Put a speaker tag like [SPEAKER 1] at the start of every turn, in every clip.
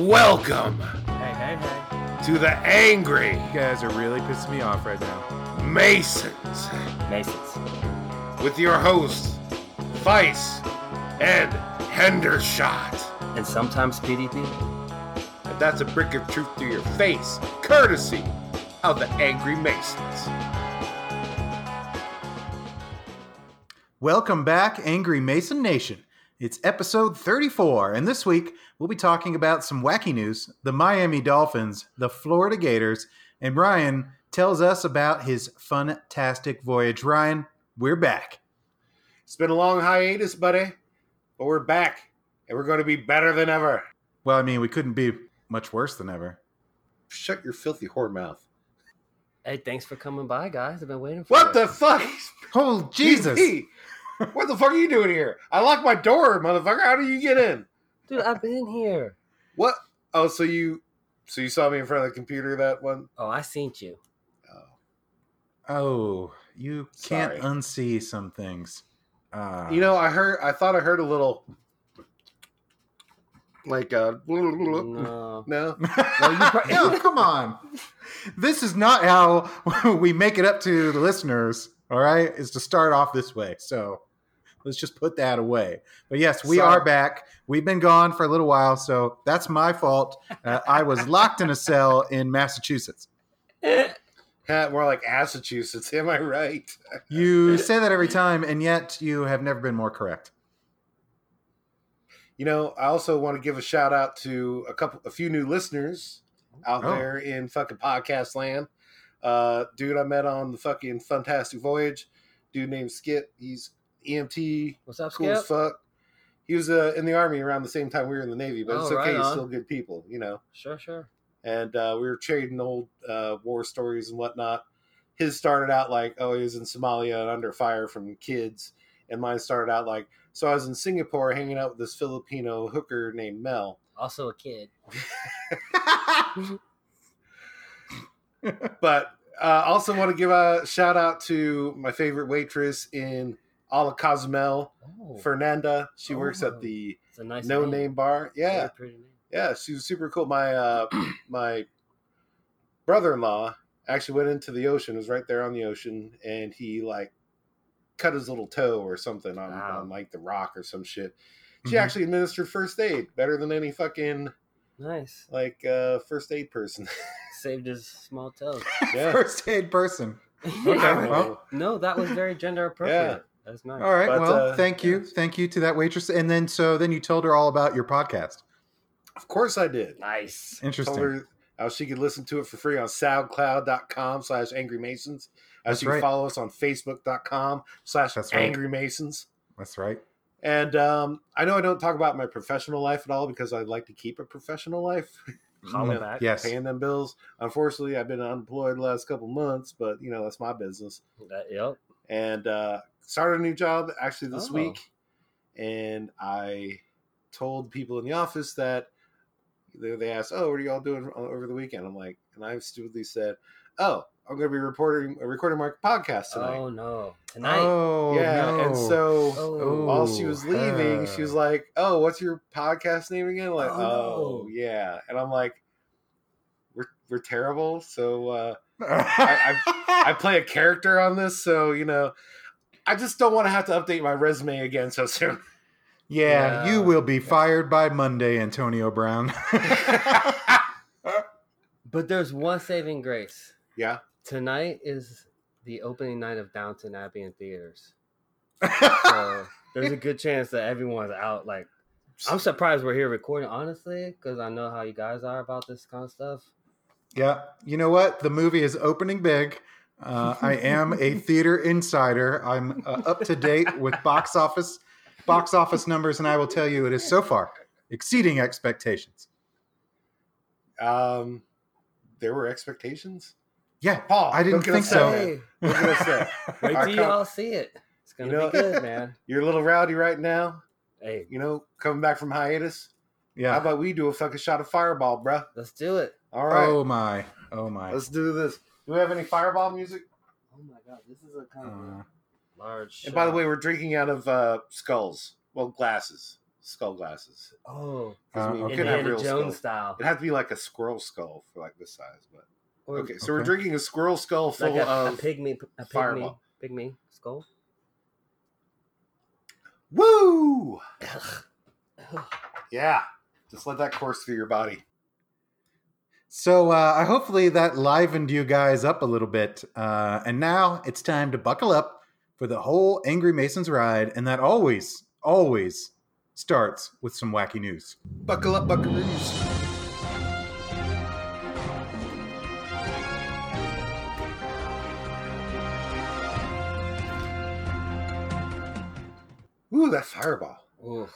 [SPEAKER 1] Welcome
[SPEAKER 2] Hey, hey, hey.
[SPEAKER 1] to the Angry
[SPEAKER 2] You guys are really pissing me off right now.
[SPEAKER 1] Masons
[SPEAKER 2] Masons.
[SPEAKER 1] with your host, Vice and Hendershot.
[SPEAKER 3] and sometimes PDP.
[SPEAKER 1] And that's a brick of truth to your face, courtesy of the Angry Masons.
[SPEAKER 2] Welcome back, Angry Mason Nation. It's episode 34, and this week we'll be talking about some wacky news, the Miami Dolphins, the Florida Gators, and Ryan tells us about his fun-tastic voyage. Ryan, we're back.
[SPEAKER 1] It's been a long hiatus, buddy, but we're back and we're going to be better than ever.
[SPEAKER 2] Well, I mean, we couldn't be much worse than ever.
[SPEAKER 1] Shut your filthy whore mouth.
[SPEAKER 3] Hey, thanks for coming by, guys. I've been waiting for
[SPEAKER 1] What
[SPEAKER 3] you.
[SPEAKER 1] the fuck?
[SPEAKER 2] Oh, Jesus.
[SPEAKER 1] DP, What the fuck are you doing here? I locked my door, motherfucker. How do you get in?
[SPEAKER 3] dude? I've been here.
[SPEAKER 1] What? Oh, so you, so you saw me in front of the computer that one?
[SPEAKER 3] Oh, I seen you.
[SPEAKER 1] Oh,
[SPEAKER 2] Oh, you can't
[SPEAKER 1] Sorry.
[SPEAKER 2] unsee some things. Uh,
[SPEAKER 1] you know, I heard, I thought I heard a little, like a, no,
[SPEAKER 3] No,
[SPEAKER 2] No, you pro- Ew, come on. This is not how we make it up to the listeners. All right, is to start off this way. So let's just put that away. But yes, we
[SPEAKER 1] Sorry.
[SPEAKER 2] are back. We've been gone for a little while, so that's my fault. Uh, I was locked in a cell in Massachusetts.
[SPEAKER 1] Huh, we're like Massachusetts. Am I right?
[SPEAKER 2] You say that every time, and yet you have never been more correct.
[SPEAKER 1] You know, I also want to give a shout out to a couple, a few new listeners out
[SPEAKER 2] Oh.
[SPEAKER 1] there in fucking podcast land. Uh, dude, I met on the fucking Fantastic Voyage. Dude named Skip. He's E EMT,
[SPEAKER 3] what's up,
[SPEAKER 1] cool
[SPEAKER 3] Skip?
[SPEAKER 1] as fuck. He was uh, in the army around the same time we were in the navy, but it's
[SPEAKER 3] Oh,
[SPEAKER 1] okay.
[SPEAKER 3] right
[SPEAKER 1] He's
[SPEAKER 3] on.
[SPEAKER 1] still good people, you know.
[SPEAKER 3] Sure, sure.
[SPEAKER 1] And uh, we were trading old uh, war stories and whatnot. His started out like, oh, he was in Somalia and under fire from kids, and mine started out like, so I was in Singapore hanging out with this Filipino hooker named Mel.
[SPEAKER 3] Also a kid.
[SPEAKER 1] But uh, also want to give a shout out to my favorite waitress in Ala Cozumel,
[SPEAKER 3] Oh,
[SPEAKER 1] Fernanda. She works
[SPEAKER 3] Oh.
[SPEAKER 1] at the
[SPEAKER 3] it's a nice
[SPEAKER 1] No Name Bar. Yeah,
[SPEAKER 3] Very pretty name.
[SPEAKER 1] yeah, she was super cool. My uh, my brother-in-law actually went into the ocean. It was right there on the ocean, and he like cut his little toe or something on,
[SPEAKER 3] Wow.
[SPEAKER 1] on like the rock or some shit. She
[SPEAKER 2] Mhm.
[SPEAKER 1] actually administered first aid better than any fucking
[SPEAKER 3] Nice.
[SPEAKER 1] like uh, first aid person.
[SPEAKER 3] Saved his small toes.
[SPEAKER 1] yeah.
[SPEAKER 2] First aid person.
[SPEAKER 1] Yeah.
[SPEAKER 2] well.
[SPEAKER 3] No, that was very gender appropriate.
[SPEAKER 1] Yeah.
[SPEAKER 3] That's nice.
[SPEAKER 2] All right.
[SPEAKER 1] But,
[SPEAKER 2] well,
[SPEAKER 1] uh,
[SPEAKER 2] thank you, thank you to that waitress, and then so then you told her all about your podcast.
[SPEAKER 1] Of course I did.
[SPEAKER 3] Nice.
[SPEAKER 2] Interesting.
[SPEAKER 1] told her how she could listen to it for free on soundcloud.com slash angry masons how
[SPEAKER 2] That's
[SPEAKER 1] she could
[SPEAKER 2] right.
[SPEAKER 1] follow us on facebook.com slash
[SPEAKER 2] That's right.
[SPEAKER 1] angry masons
[SPEAKER 2] That's right.
[SPEAKER 1] and um, i know i don't talk about my professional life at all because i like to keep a professional life
[SPEAKER 3] Holla
[SPEAKER 1] Yeah.
[SPEAKER 3] back.
[SPEAKER 2] Mm, Yes.
[SPEAKER 1] paying them bills unfortunately i've been unemployed the last couple months but you know that's my business
[SPEAKER 3] That, yep.
[SPEAKER 1] and uh, started a new job actually this
[SPEAKER 3] Oh.
[SPEAKER 1] week. And I told people in the office that they, they asked, "Oh, what are y'all doing o- over the weekend?" I'm like, and I stupidly said, "Oh, I'm going to be reporting recording my podcast tonight."
[SPEAKER 3] Oh no. Tonight.
[SPEAKER 2] Oh,
[SPEAKER 1] yeah,
[SPEAKER 2] no.
[SPEAKER 1] and so.
[SPEAKER 3] Oh.
[SPEAKER 1] While she was
[SPEAKER 2] Ooh,
[SPEAKER 1] leaving, she
[SPEAKER 2] huh.
[SPEAKER 1] was like, "Oh, what's your podcast name again?" Like,
[SPEAKER 3] Oh,
[SPEAKER 1] "Oh,
[SPEAKER 3] no.
[SPEAKER 1] yeah," and I'm like, "We're we're terrible." So uh, I- I play a character on this, so you know, I just don't want to have to update my resume again so soon.
[SPEAKER 2] yeah,
[SPEAKER 3] Yeah.
[SPEAKER 2] you will be fired by Monday, Antonio Brown.
[SPEAKER 3] But there's one saving grace.
[SPEAKER 1] yeah,
[SPEAKER 3] Tonight is the opening night of Downton Abbey in theaters. So there's a good chance that everyone's out. Like, I'm surprised we're here recording, honestly, because I know how you guys are about this kind of stuff.
[SPEAKER 2] yeah, you know what? The movie is opening big. Uh, I am a theater insider. I'm uh, up to date with box office box office numbers, and I will tell you, it is so far exceeding expectations.
[SPEAKER 1] um, there were expectations.
[SPEAKER 2] Yeah,
[SPEAKER 1] Paul,
[SPEAKER 2] I didn't
[SPEAKER 1] don't get
[SPEAKER 2] think so.
[SPEAKER 1] upset, man. Don't get upset.
[SPEAKER 3] Wait
[SPEAKER 1] Our
[SPEAKER 3] till
[SPEAKER 1] com-
[SPEAKER 3] y'all see it. It's gonna
[SPEAKER 1] You know-
[SPEAKER 3] be good, man.
[SPEAKER 1] You're a little rowdy right now.
[SPEAKER 3] Hey,
[SPEAKER 1] You know, coming back from hiatus. How
[SPEAKER 2] Yeah.
[SPEAKER 1] about we do a fucking shot of Fireball, bruh?
[SPEAKER 3] let's do it.
[SPEAKER 1] All right,
[SPEAKER 2] Oh my. Oh my.
[SPEAKER 1] let's do this. Do we have any Fireball music?
[SPEAKER 3] Oh my god, this is a kind of
[SPEAKER 2] Uh,
[SPEAKER 3] large.
[SPEAKER 1] And by the
[SPEAKER 3] shot.
[SPEAKER 1] way, we're drinking out of uh, skulls, well, glasses. skull glasses.
[SPEAKER 3] Oh,
[SPEAKER 2] Uh,
[SPEAKER 1] we-
[SPEAKER 2] okay.
[SPEAKER 1] couldn't have
[SPEAKER 3] Indiana
[SPEAKER 1] real
[SPEAKER 3] Jones style.
[SPEAKER 1] It had to be like a squirrel skull for like this size. But
[SPEAKER 3] Or
[SPEAKER 1] okay, so we're
[SPEAKER 2] Okay.
[SPEAKER 1] drinking a squirrel skull full
[SPEAKER 3] like a, a
[SPEAKER 1] of
[SPEAKER 3] pygmy, a pygmy,
[SPEAKER 1] fireball.
[SPEAKER 3] pygmy skull.
[SPEAKER 1] woo. Yeah, just let that course through your body.
[SPEAKER 2] So uh, I hopefully that livened you guys up a little bit. Uh, and now it's time to buckle up for the whole Angry Masons ride, and that always, always starts with some wacky news.
[SPEAKER 1] Buckle up, buckaroos. Ooh, that fireball.
[SPEAKER 3] Ooh.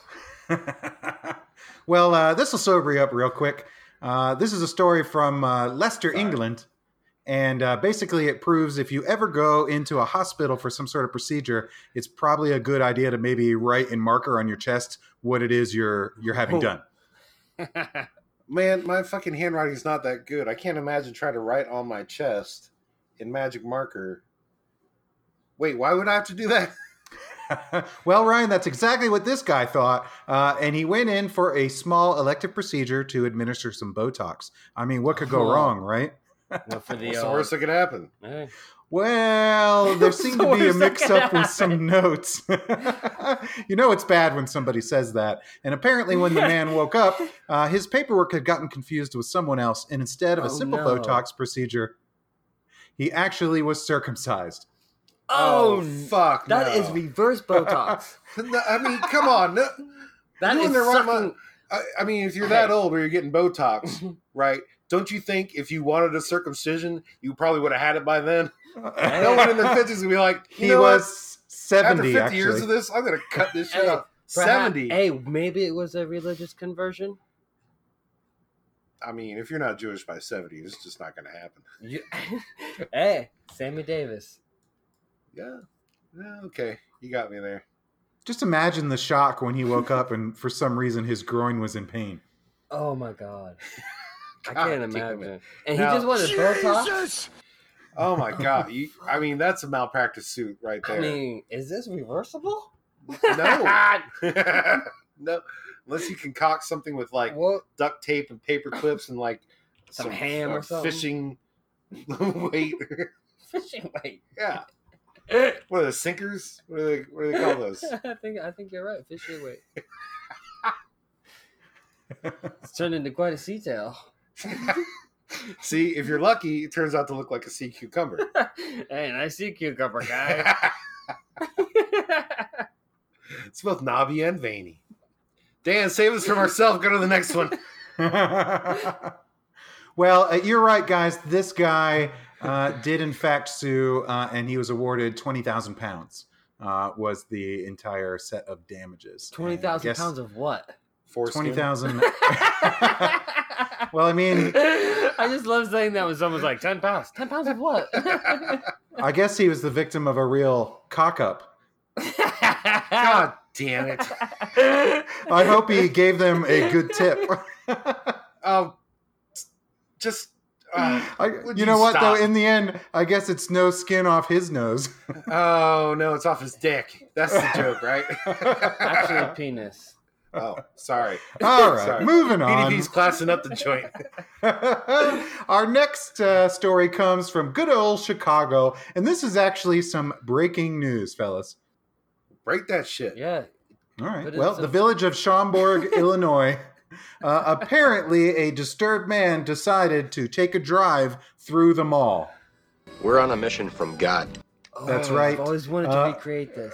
[SPEAKER 2] well, uh, this will sober you up real quick. Uh, this is a story from uh, Leicester,
[SPEAKER 1] Sorry.
[SPEAKER 2] England. And uh, basically, it proves if you ever go into a hospital for some sort of procedure, it's probably a good idea to maybe write in marker on your chest what it is you're you're having
[SPEAKER 3] Oh.
[SPEAKER 2] done.
[SPEAKER 1] Man, my fucking handwriting's not that good. I can't imagine trying to write on my chest in magic marker. Wait, why would I have to do that?
[SPEAKER 2] well, Ryan, that's exactly what this guy thought, uh, and he went in for a small elective procedure to administer some Botox. I mean, what could go
[SPEAKER 3] Oh.
[SPEAKER 2] wrong, right?
[SPEAKER 3] Well, for the
[SPEAKER 1] What's the
[SPEAKER 3] uh,
[SPEAKER 1] worst that could happen?
[SPEAKER 3] eh,
[SPEAKER 2] Well, there seemed to be a
[SPEAKER 3] Where's that
[SPEAKER 2] mix up
[SPEAKER 3] gonna
[SPEAKER 2] with some notes. you know, it's bad when somebody says that. And apparently, when the man woke up, uh, his paperwork had gotten confused with someone else. And instead of a
[SPEAKER 3] Oh,
[SPEAKER 2] simple
[SPEAKER 3] no.
[SPEAKER 2] Botox procedure, he actually was circumcised.
[SPEAKER 3] Oh,
[SPEAKER 1] fuck!
[SPEAKER 3] that is
[SPEAKER 1] no.
[SPEAKER 3] reverse Botox.
[SPEAKER 1] No, I mean, come on. No,
[SPEAKER 3] That
[SPEAKER 1] You
[SPEAKER 3] is
[SPEAKER 1] in the right
[SPEAKER 3] sucking-
[SPEAKER 1] mind- I, I mean, if you're that
[SPEAKER 3] Hey.
[SPEAKER 1] old where you're getting Botox, right? Don't you think if you wanted a circumcision, you probably would have had it by then? No one in their fifties would be like, you
[SPEAKER 2] he
[SPEAKER 1] know what?
[SPEAKER 2] was 70,
[SPEAKER 1] after fifty
[SPEAKER 2] actually.
[SPEAKER 1] years of this, I'm gonna cut this shit
[SPEAKER 3] Hey,
[SPEAKER 1] off.
[SPEAKER 3] Perhaps-
[SPEAKER 1] Seventy.
[SPEAKER 3] Hey, maybe it was a religious conversion.
[SPEAKER 1] I mean, if you're not Jewish by seventy, it's just not gonna happen.
[SPEAKER 3] You- hey, Sammy Davis.
[SPEAKER 1] Yeah. Yeah, Okay, you got me there.
[SPEAKER 2] Just imagine the shock when he woke up and for some reason his groin was in pain.
[SPEAKER 3] Oh my god. I
[SPEAKER 1] God
[SPEAKER 3] can't
[SPEAKER 1] damn it.
[SPEAKER 3] imagine. And
[SPEAKER 1] Now-
[SPEAKER 3] he just wanted Botox.
[SPEAKER 1] Oh my god! You, I mean, that's a malpractice suit right there.
[SPEAKER 3] I mean, is this reversible?
[SPEAKER 1] no, no, unless you concoct something with like
[SPEAKER 3] What?
[SPEAKER 1] duct tape and paper clips and like uh,
[SPEAKER 3] Some ham or something.
[SPEAKER 1] fishing weight.
[SPEAKER 3] Fishing weight.
[SPEAKER 1] yeah,
[SPEAKER 3] I
[SPEAKER 1] what are the sinkers? What do they what do they call those?
[SPEAKER 3] think I think you're right. Fishing weight. it's turned into quite a sea tail.
[SPEAKER 1] See, if you're lucky, it turns out to look like a sea cucumber.
[SPEAKER 3] hey, nice sea cucumber, guy.
[SPEAKER 1] it's both knobby and veiny. Dan, save us from ourselves. Go to the next one.
[SPEAKER 2] well, uh, you're right, guys. This guy uh, did, in fact, sue, uh, and he was awarded twenty thousand pounds. Uh, was the entire set of damages
[SPEAKER 3] Twenty thousand pounds of what?
[SPEAKER 2] Twenty thousand.
[SPEAKER 3] I
[SPEAKER 2] well, I mean,
[SPEAKER 3] just love saying that when someone's like ten pounds. Ten pounds of what?
[SPEAKER 2] I guess he was the victim of a real cock up.
[SPEAKER 1] God damn it.
[SPEAKER 2] I hope he gave them a good tip.
[SPEAKER 1] Um, just uh,
[SPEAKER 2] I,
[SPEAKER 1] Would
[SPEAKER 2] you
[SPEAKER 1] you
[SPEAKER 2] know what,
[SPEAKER 1] stop?
[SPEAKER 2] though? In the end, I guess it's no skin off his nose.
[SPEAKER 1] oh no, it's off his dick. That's the joke, right?
[SPEAKER 3] Actually, penis.
[SPEAKER 1] oh, sorry.
[SPEAKER 2] All right,
[SPEAKER 1] Sorry.
[SPEAKER 2] moving on.
[SPEAKER 1] BDP's classing up the joint.
[SPEAKER 2] Our next uh, story comes from good old Chicago, and this is actually some breaking news, fellas.
[SPEAKER 1] Break that shit.
[SPEAKER 3] Yeah.
[SPEAKER 2] All right.
[SPEAKER 3] But
[SPEAKER 2] Well,
[SPEAKER 3] it's
[SPEAKER 2] the
[SPEAKER 3] a-
[SPEAKER 2] village of Schaumburg, Illinois. Uh, apparently, a disturbed man decided to take a drive through the mall.
[SPEAKER 4] We're on a mission from God.
[SPEAKER 2] That's
[SPEAKER 3] Oh,
[SPEAKER 2] right.
[SPEAKER 3] I've always wanted
[SPEAKER 2] Uh,
[SPEAKER 3] to recreate this.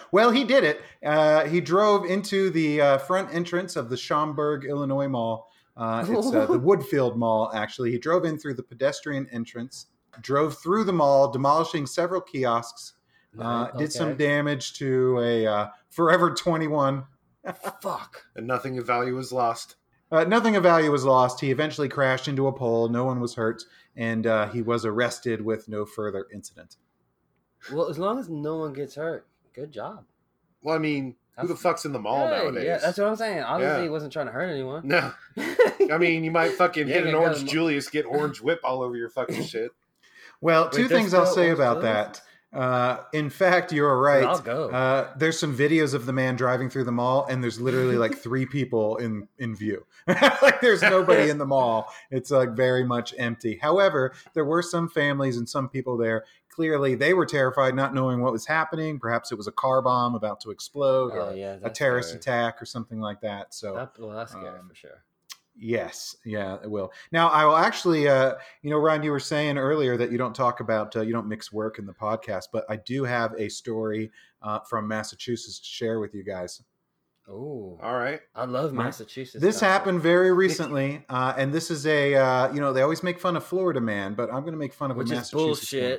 [SPEAKER 2] well, he did it. Uh, he drove into the uh, front entrance of the Schaumburg, Illinois Mall. Uh, it's uh, the Woodfield Mall, actually. He drove in through the pedestrian entrance, drove through the mall, demolishing several kiosks, uh, did some
[SPEAKER 3] Okay.
[SPEAKER 2] damage to a uh, Forever 21.
[SPEAKER 3] Fuck.
[SPEAKER 1] And nothing of value was lost.
[SPEAKER 2] Uh, nothing of value was lost. He eventually crashed into a pole. No one was hurt, and uh, he was arrested with no further incident.
[SPEAKER 3] Well, as long as no one gets hurt, good job.
[SPEAKER 1] Well, I mean, who the
[SPEAKER 3] That's-
[SPEAKER 1] fuck's in the mall
[SPEAKER 3] Hey,
[SPEAKER 1] nowadays?
[SPEAKER 3] Yeah, that's what I'm saying. Obviously,
[SPEAKER 1] Yeah.
[SPEAKER 3] he wasn't trying to hurt anyone.
[SPEAKER 1] no, I mean, you might fucking
[SPEAKER 3] Yeah,
[SPEAKER 1] hit an
[SPEAKER 3] you
[SPEAKER 1] orange
[SPEAKER 3] gotta-
[SPEAKER 1] Julius, get orange whip all over your fucking shit.
[SPEAKER 2] Well,
[SPEAKER 3] Wait,
[SPEAKER 2] two
[SPEAKER 3] there's
[SPEAKER 2] things I'll
[SPEAKER 3] still
[SPEAKER 2] say
[SPEAKER 3] orange
[SPEAKER 2] about
[SPEAKER 3] juice?
[SPEAKER 2] that. Uh, in fact, you're right.
[SPEAKER 3] I'll go.
[SPEAKER 2] Uh, there's some videos of the man driving through the mall, and there's literally like three people in in view. like there's nobody in the mall. It's like very much empty. However, there were some families and some people there. Clearly, they were terrified, not knowing what was happening. Perhaps it was a car bomb about to explode,
[SPEAKER 3] oh
[SPEAKER 2] or
[SPEAKER 3] yeah,
[SPEAKER 2] a
[SPEAKER 3] that's
[SPEAKER 2] terrorist
[SPEAKER 3] scary.
[SPEAKER 2] attack, or something like that. So
[SPEAKER 3] That, well, that's scary
[SPEAKER 2] Um,
[SPEAKER 3] for sure.
[SPEAKER 2] Yes, yeah, it will. Now, I will actually, uh, you know, Ron, you were saying earlier that you don't talk about, uh, you don't mix work in the podcast, but I do have a story uh, from Massachusetts to share with you guys.
[SPEAKER 3] Oh,
[SPEAKER 1] All right.
[SPEAKER 3] I love
[SPEAKER 2] my-
[SPEAKER 3] Massachusetts.
[SPEAKER 2] This
[SPEAKER 3] now.
[SPEAKER 2] happened very recently, uh, and this is a, uh, you know, they always make fun of Florida man, but I'm going to make fun of
[SPEAKER 3] which
[SPEAKER 2] a
[SPEAKER 3] is
[SPEAKER 2] Massachusetts man.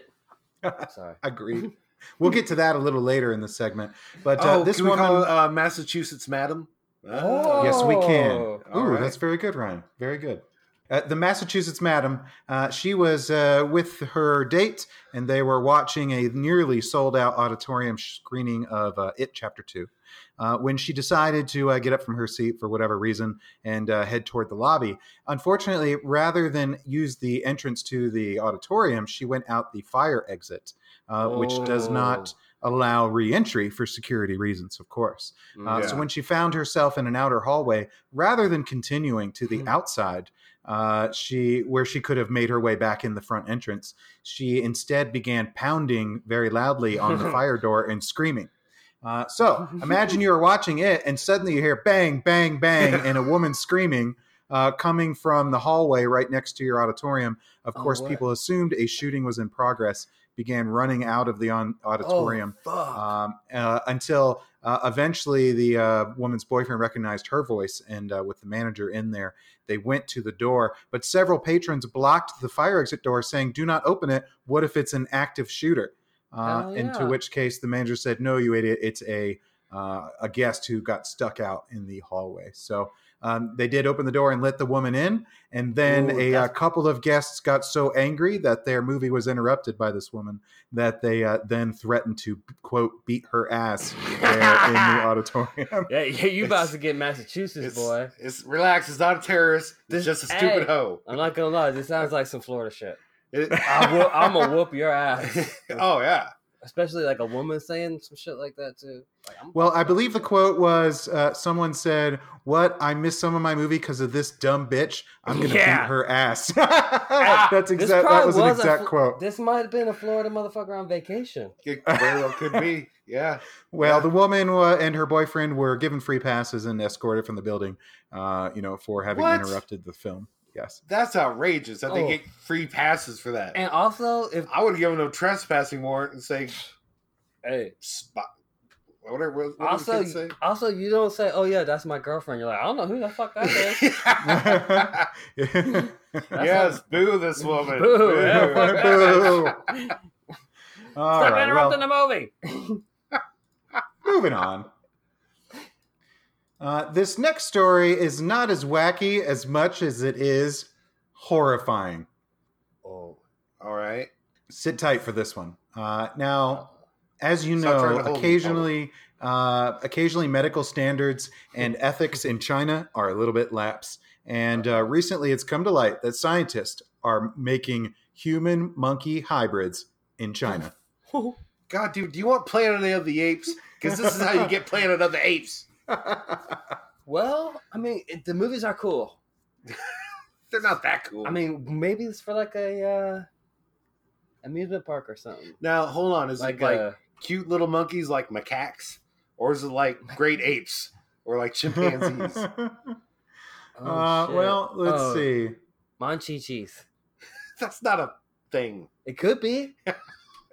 [SPEAKER 3] bullshit. Sorry.
[SPEAKER 2] Agreed. We'll get to that a little later in the segment, but uh,
[SPEAKER 1] oh,
[SPEAKER 2] this
[SPEAKER 1] can we call
[SPEAKER 2] woman,
[SPEAKER 1] it, uh, Massachusetts Madam?
[SPEAKER 3] Oh.
[SPEAKER 2] Yes, we can.
[SPEAKER 3] Oh,
[SPEAKER 2] Ooh,
[SPEAKER 1] all right.
[SPEAKER 2] that's very good, Ryan. Very good. Uh, the Massachusetts madam, uh, she was uh, with her date, and they were watching a nearly sold out auditorium screening of uh, It Chapter 2 uh, when she decided to uh, get up from her seat for whatever reason and uh, head toward the lobby. Unfortunately, rather than use the entrance to the auditorium, she went out the fire exit, uh, which does not
[SPEAKER 1] Oh.
[SPEAKER 2] allow reentry for security reasons, of course. Uh, So
[SPEAKER 1] Yeah.
[SPEAKER 2] when she found herself in an outer hallway, rather than continuing to the
[SPEAKER 3] Hmm.
[SPEAKER 2] outside, uh, she where she could have made her way back in the front entrance, she instead began pounding very loudly on the fire door and screaming. Uh, so imagine you are watching it, and suddenly you hear bang, bang, bang, and a woman screaming uh, coming from the hallway right next to your auditorium. Of
[SPEAKER 3] Oh,
[SPEAKER 2] course,
[SPEAKER 3] what?
[SPEAKER 2] people assumed a shooting was in progress, began running out of the on- auditorium
[SPEAKER 3] Oh, fuck.
[SPEAKER 2] um, uh, until uh, eventually the uh, woman's boyfriend recognized her voice and uh, with the manager in there they went to the door but several patrons blocked the fire exit door saying do not open it what if it's an active shooter uh,
[SPEAKER 3] Hell
[SPEAKER 2] into
[SPEAKER 3] yeah.
[SPEAKER 2] which case the manager said no you idiot it's a uh, a guest who got stuck out in the hallway so um, they did open the door and let the woman in and then
[SPEAKER 3] Ooh,
[SPEAKER 2] a, uh
[SPEAKER 3] that's-
[SPEAKER 2] couple of guests got so angry that their movie was interrupted by this woman that they uh, then threatened to quote beat her ass there in the auditorium.
[SPEAKER 3] yeah, yeah, you about
[SPEAKER 1] It's-
[SPEAKER 3] to get Massachusetts,
[SPEAKER 1] It's,
[SPEAKER 3] boy.
[SPEAKER 1] it's relax. It's not a terrorist. It's
[SPEAKER 3] This-
[SPEAKER 1] just a stupid
[SPEAKER 3] hey.
[SPEAKER 1] hoe.
[SPEAKER 3] I'm not gonna lie, this sounds like some Florida shit.
[SPEAKER 1] It-
[SPEAKER 3] I will, I'm gonna whoop your ass,
[SPEAKER 1] oh yeah.
[SPEAKER 3] especially like a woman saying some shit like that too. Like, I'm,
[SPEAKER 2] Well, I believe the quote was uh, someone said, "What I missed some of my movie because of this dumb bitch. I'm gonna
[SPEAKER 3] Yeah.
[SPEAKER 2] beat her ass."
[SPEAKER 3] Ah,
[SPEAKER 2] That's
[SPEAKER 3] this
[SPEAKER 2] exact. That
[SPEAKER 3] probably
[SPEAKER 2] was an
[SPEAKER 3] was a
[SPEAKER 2] exact
[SPEAKER 3] fl-
[SPEAKER 2] quote.
[SPEAKER 3] this might have been a Florida motherfucker on vacation.
[SPEAKER 1] It very well could be. Yeah.
[SPEAKER 2] Well,
[SPEAKER 1] Yeah.
[SPEAKER 2] the woman wa- and her boyfriend were given free passes and escorted from the building, uh, you know, for having
[SPEAKER 1] What?
[SPEAKER 2] interrupted the film. Yes.
[SPEAKER 1] That's outrageous that
[SPEAKER 3] Oh.
[SPEAKER 1] they get free passes for that.
[SPEAKER 3] And also, if
[SPEAKER 1] I would have given them a trespassing warrant and say,
[SPEAKER 3] hey,
[SPEAKER 1] spot. Whatever. What, what
[SPEAKER 3] also,
[SPEAKER 1] did the
[SPEAKER 3] also, you don't say, "Oh yeah, that's my girlfriend." You're like, I don't know who the fuck that is.
[SPEAKER 1] kid say?
[SPEAKER 3] That's
[SPEAKER 1] yes, boo this woman.
[SPEAKER 3] Boo, yeah, fuck
[SPEAKER 2] Boo. All
[SPEAKER 3] Stop
[SPEAKER 2] right, well-
[SPEAKER 3] interrupting the movie.
[SPEAKER 2] Moving on. Uh, this next story is not as wacky as much as it is horrifying.
[SPEAKER 3] Oh,
[SPEAKER 1] All right.
[SPEAKER 2] Sit tight for this one. Uh, now, as you
[SPEAKER 1] Stop trying
[SPEAKER 2] know,
[SPEAKER 1] to hold me,
[SPEAKER 2] occasionally, uh, occasionally medical standards and ethics in China are a little bit lapse. And uh, recently, it's come to light that scientists are making human monkey hybrids in China.
[SPEAKER 1] God, dude, do you want Planet of the Apes? Because this is how you get Planet of the Apes.
[SPEAKER 3] well, I mean, it, the movies are cool.
[SPEAKER 1] They're not that cool.
[SPEAKER 3] I mean, maybe it's for like a uh, amusement park or something.
[SPEAKER 1] now hold on. Is
[SPEAKER 3] Like,
[SPEAKER 1] it like
[SPEAKER 3] uh,
[SPEAKER 1] cute little monkeys like macaques, or is it like great apes or like chimpanzees?
[SPEAKER 3] oh,
[SPEAKER 2] uh,
[SPEAKER 3] shit.
[SPEAKER 2] well, let's
[SPEAKER 3] Oh,
[SPEAKER 2] see.
[SPEAKER 3] Manchichis.
[SPEAKER 1] That's not a thing.
[SPEAKER 3] It could be.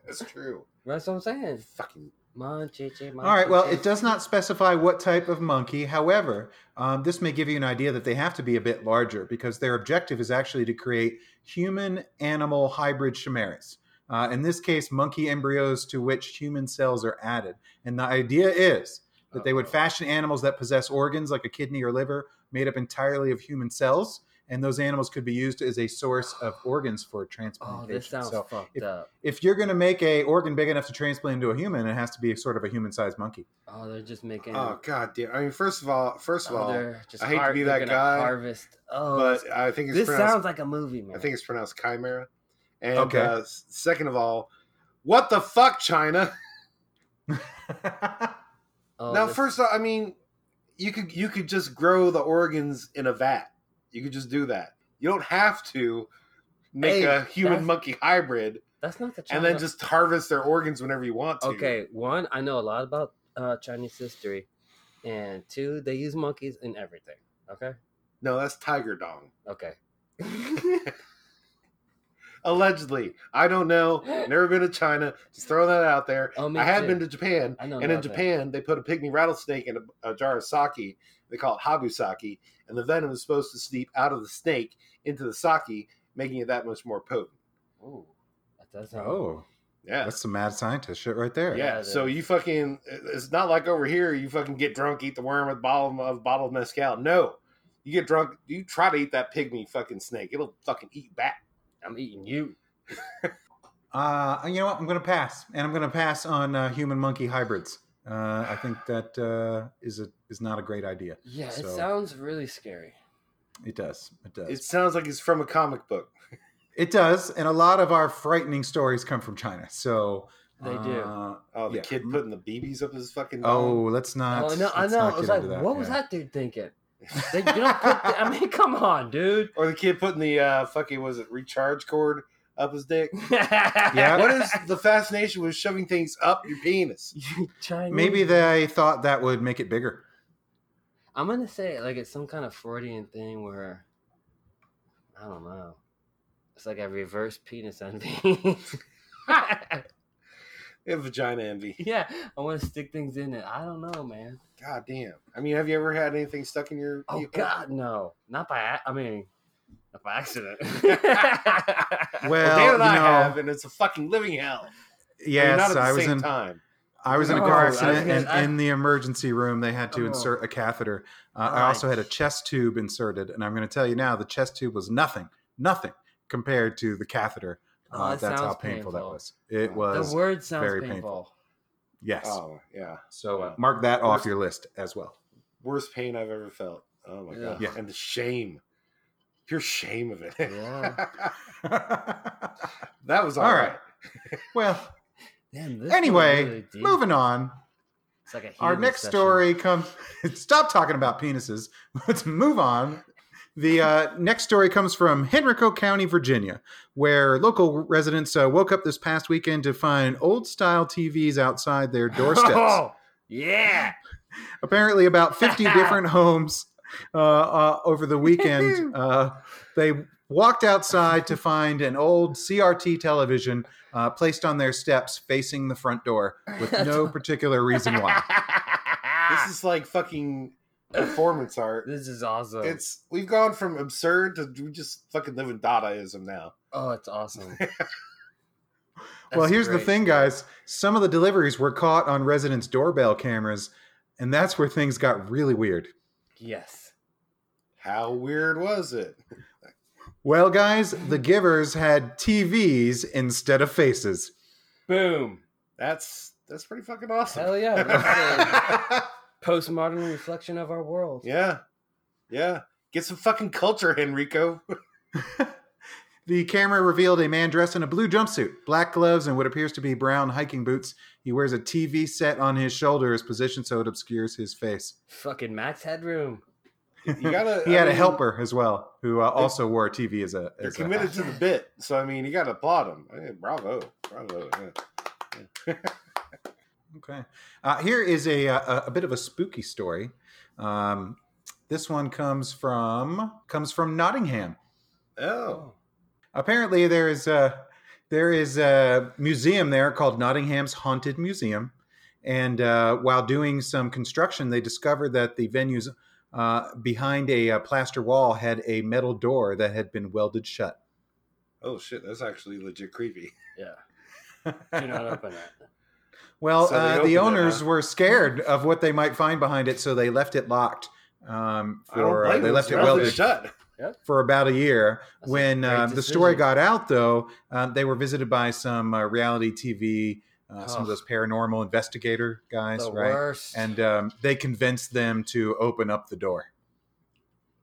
[SPEAKER 1] That's true.
[SPEAKER 3] That's what I'm saying.
[SPEAKER 1] Fucking
[SPEAKER 3] Manchichi.
[SPEAKER 2] All right. Well, it does not specify what type of monkey. However, um, this may give you an idea that they have to be a bit larger because their objective is actually to create human animal hybrid chimeras. Uh, in this case, monkey embryos to which human cells are added. And the idea is that
[SPEAKER 1] uh,
[SPEAKER 2] they would fashion animals that possess organs like a kidney or liver made up entirely of human cells. And those animals could be used as a source of organs for
[SPEAKER 3] Oh,
[SPEAKER 2] transplantation.
[SPEAKER 3] this sounds
[SPEAKER 2] so
[SPEAKER 3] fucked
[SPEAKER 2] if-
[SPEAKER 3] up.
[SPEAKER 2] if you're going to make a organ big enough to transplant into a human, it has to be sort of a human-sized monkey.
[SPEAKER 3] Oh, they're just making.
[SPEAKER 1] Oh god, dear. I mean, first of all, first of
[SPEAKER 3] oh,
[SPEAKER 1] all,
[SPEAKER 3] they're just
[SPEAKER 1] I hate to
[SPEAKER 3] har-
[SPEAKER 1] be
[SPEAKER 3] they're
[SPEAKER 1] that
[SPEAKER 3] gonna
[SPEAKER 1] guy,
[SPEAKER 3] Harvest. Oh,
[SPEAKER 1] but I think it's
[SPEAKER 3] this
[SPEAKER 1] pronounced.
[SPEAKER 3] sounds like a movie, man.
[SPEAKER 1] I think it's pronounced chimera. And
[SPEAKER 2] Okay.
[SPEAKER 1] uh, s- second of all, What the fuck, China?
[SPEAKER 3] Oh,
[SPEAKER 1] now,
[SPEAKER 3] this-
[SPEAKER 1] first, off, I mean, you could you could just grow the organs in a vat. You could just do that. You don't have to make
[SPEAKER 3] Hey,
[SPEAKER 1] a human
[SPEAKER 3] that's-
[SPEAKER 1] monkey hybrid
[SPEAKER 3] that's not the China.
[SPEAKER 1] and then just harvest their organs whenever you want to.
[SPEAKER 3] okay. One, I know a lot about uh, Chinese history, and two, they use monkeys in everything. Okay,
[SPEAKER 1] No, that's tiger dong.
[SPEAKER 3] okay.
[SPEAKER 1] Allegedly, I don't know. Never been to China. Just throwing that out there.
[SPEAKER 3] Oh, me
[SPEAKER 1] I have
[SPEAKER 3] too.
[SPEAKER 1] been to Japan,
[SPEAKER 3] I know.
[SPEAKER 1] and in
[SPEAKER 3] about that.
[SPEAKER 1] Japan, they put a pygmy rattlesnake in a, a jar of sake. They call it habusaki, and the venom is supposed to seep out of the snake into the sake, making it that much more potent.
[SPEAKER 3] Ooh, that does sound.
[SPEAKER 2] oh,
[SPEAKER 1] Yeah,
[SPEAKER 2] that's some mad scientist shit right there.
[SPEAKER 1] yeah.
[SPEAKER 3] it
[SPEAKER 1] so
[SPEAKER 3] is.
[SPEAKER 1] you fucking. It's not like over here. You fucking get drunk, eat the worm with bottle of bottle of mezcal. No, you get drunk. You try to eat that pygmy fucking snake. It'll fucking eat you back.
[SPEAKER 3] I'm eating you.
[SPEAKER 2] Uh, you know what? I'm going to pass, and I'm going to pass on uh, human monkey hybrids. Uh, I think that uh, is a is not a great idea.
[SPEAKER 3] Yeah, it
[SPEAKER 2] So-
[SPEAKER 3] sounds really scary.
[SPEAKER 2] It does. It does.
[SPEAKER 1] It sounds like it's from a comic book.
[SPEAKER 2] it does. And a lot of our frightening stories come from China. So
[SPEAKER 3] They do.
[SPEAKER 2] uh,
[SPEAKER 1] Oh, the
[SPEAKER 2] Yeah.
[SPEAKER 1] kid putting the BBs up his fucking.
[SPEAKER 2] oh,
[SPEAKER 1] dong.
[SPEAKER 2] let's not.
[SPEAKER 3] oh no, I
[SPEAKER 2] let's
[SPEAKER 3] know.
[SPEAKER 2] not
[SPEAKER 3] I was
[SPEAKER 2] get
[SPEAKER 3] like,
[SPEAKER 2] into
[SPEAKER 3] what was
[SPEAKER 2] Yeah.
[SPEAKER 3] that dude thinking? They, you don't put the- I mean, come on, dude.
[SPEAKER 1] or the kid putting the uh, fucking was it recharge cord up his dick.
[SPEAKER 3] yeah.
[SPEAKER 1] what is the fascination with shoving things up your penis?
[SPEAKER 3] Chinese?
[SPEAKER 2] Maybe they thought that would make it bigger.
[SPEAKER 3] I'm gonna say like it's some kind of Freudian thing where I don't know. It's like a reverse penis envy.
[SPEAKER 1] You have vagina envy.
[SPEAKER 3] yeah, I want to stick things in it. I don't know, man.
[SPEAKER 1] God damn. I mean, have you ever had anything stuck in your?
[SPEAKER 3] Oh
[SPEAKER 1] your-
[SPEAKER 3] God, no, not by. ac- I mean, not by accident.
[SPEAKER 1] Well,
[SPEAKER 2] Well, oh,
[SPEAKER 1] Dan and I
[SPEAKER 2] you know,
[SPEAKER 1] have, and it's a fucking living hell. I mean,
[SPEAKER 2] yes,
[SPEAKER 1] not at the
[SPEAKER 2] I was
[SPEAKER 1] same
[SPEAKER 2] in.
[SPEAKER 1] time.
[SPEAKER 2] I was in a
[SPEAKER 3] No,
[SPEAKER 2] car
[SPEAKER 3] Oh, I was
[SPEAKER 2] accident,
[SPEAKER 3] gonna-
[SPEAKER 2] and
[SPEAKER 3] I-
[SPEAKER 2] in the emergency room, they had to
[SPEAKER 3] Oh.
[SPEAKER 2] insert a catheter. Uh, I
[SPEAKER 3] Right.
[SPEAKER 2] also had a chest tube inserted, and I'm going to tell you now, the chest tube was nothing, nothing compared to the catheter.
[SPEAKER 3] Oh,
[SPEAKER 2] Uh,
[SPEAKER 3] that
[SPEAKER 2] that's how
[SPEAKER 3] sounds
[SPEAKER 2] painful, that
[SPEAKER 3] painful.
[SPEAKER 2] was. It
[SPEAKER 1] The
[SPEAKER 2] was
[SPEAKER 3] the word sounds
[SPEAKER 2] very
[SPEAKER 3] painful.
[SPEAKER 2] painful. yes.
[SPEAKER 1] Oh yeah,
[SPEAKER 2] so uh,
[SPEAKER 1] yeah.
[SPEAKER 2] mark that off
[SPEAKER 1] Worst-
[SPEAKER 2] your list as well.
[SPEAKER 1] worst pain I've ever felt. Oh my god,
[SPEAKER 2] Yeah.
[SPEAKER 1] and the shame, pure shame of it.
[SPEAKER 3] Yeah.
[SPEAKER 1] that was
[SPEAKER 2] All
[SPEAKER 1] all
[SPEAKER 2] right.
[SPEAKER 1] right.
[SPEAKER 2] well,
[SPEAKER 3] Damn, this is
[SPEAKER 2] anyway,
[SPEAKER 3] really deep.
[SPEAKER 2] moving on.
[SPEAKER 3] It's like a
[SPEAKER 2] Our
[SPEAKER 3] healing
[SPEAKER 2] next
[SPEAKER 3] session.
[SPEAKER 2] story comes. Stop talking about penises. Let's move on. The uh, next story comes from Henrico County, Virginia, where local residents uh, woke up this past weekend to find old style TVs outside their doorsteps.
[SPEAKER 3] Oh, yeah.
[SPEAKER 2] Apparently, about 50 different homes uh, uh, over the weekend. Uh, they walked outside to find an old CRT television uh, placed on their steps facing the front door with no particular reason why.
[SPEAKER 3] Ah.
[SPEAKER 1] This is like fucking performance art.
[SPEAKER 3] This is awesome.
[SPEAKER 1] It's we've gone from absurd to we just fucking live in Dadaism now.
[SPEAKER 3] oh, it's awesome.
[SPEAKER 2] well,
[SPEAKER 3] That's
[SPEAKER 2] here's the
[SPEAKER 3] great.
[SPEAKER 2] thing, guys. Some of the deliveries were caught on residents' doorbell cameras, and that's where things got really weird.
[SPEAKER 3] Yes.
[SPEAKER 1] How weird was it?
[SPEAKER 2] Well, guys, the givers had TVs instead of faces.
[SPEAKER 3] Boom.
[SPEAKER 1] That's that's pretty fucking awesome.
[SPEAKER 3] Hell yeah. That's a postmodern reflection of our world.
[SPEAKER 1] yeah, yeah. Get some fucking culture, Henrico.
[SPEAKER 2] The camera revealed a man dressed in a blue jumpsuit, black gloves, and what appears to be brown hiking boots. He wears a TV set on his shoulder, is positioned so it obscures his face.
[SPEAKER 3] Fucking Max Headroom.
[SPEAKER 1] You gotta.
[SPEAKER 2] He
[SPEAKER 1] I
[SPEAKER 2] had a
[SPEAKER 1] mean,
[SPEAKER 2] helper as well, who uh, also wore a TV as a.
[SPEAKER 1] They're
[SPEAKER 2] As a
[SPEAKER 1] committed to the bit, so I mean, you gotta applaud them. bravo, bravo. yeah.
[SPEAKER 2] Okay. Uh, here is a, a a bit of a spooky story. Um, this one comes from comes from Nottingham.
[SPEAKER 1] Oh,
[SPEAKER 2] Apparently, there is a there is a museum there called Nottingham's Haunted Museum, and uh, while doing some construction, they discovered that the venue's uh, behind a, uh plaster wall had a metal door that had been welded shut.
[SPEAKER 1] oh shit, that's actually legit creepy.
[SPEAKER 3] Yeah. Do not open that.
[SPEAKER 2] Well,
[SPEAKER 1] So they
[SPEAKER 2] uh,
[SPEAKER 1] opened
[SPEAKER 2] the
[SPEAKER 1] it,
[SPEAKER 2] owners
[SPEAKER 1] huh?
[SPEAKER 2] were scared of what they might find behind it, so they left it locked. Um, for uh, they
[SPEAKER 1] them.
[SPEAKER 2] left it
[SPEAKER 1] Mouth is
[SPEAKER 2] welded
[SPEAKER 1] shut.
[SPEAKER 2] for about a year.
[SPEAKER 3] That's a
[SPEAKER 2] when
[SPEAKER 3] great
[SPEAKER 2] um, the story
[SPEAKER 3] decision.
[SPEAKER 2] got out, though, um, they were visited by some uh, reality TV, uh, some of
[SPEAKER 3] Ugh.
[SPEAKER 2] those paranormal investigator guys,
[SPEAKER 3] the
[SPEAKER 2] right?
[SPEAKER 3] worst.
[SPEAKER 2] And um, they convinced them to open up the door.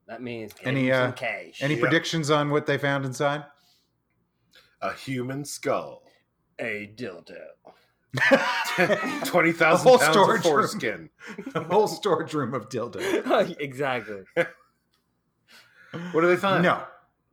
[SPEAKER 3] that means give
[SPEAKER 2] any,
[SPEAKER 3] him some
[SPEAKER 2] uh,
[SPEAKER 3] cash.
[SPEAKER 2] Any
[SPEAKER 1] Yeah.
[SPEAKER 2] predictions on what they found inside?
[SPEAKER 1] A human skull.
[SPEAKER 3] a dildo.
[SPEAKER 1] Twenty
[SPEAKER 2] A
[SPEAKER 1] thousand
[SPEAKER 2] whole
[SPEAKER 1] pounds
[SPEAKER 2] storage
[SPEAKER 1] of foreskin.
[SPEAKER 2] a whole storage room of dildo.
[SPEAKER 3] exactly.
[SPEAKER 1] What do they find?
[SPEAKER 2] No.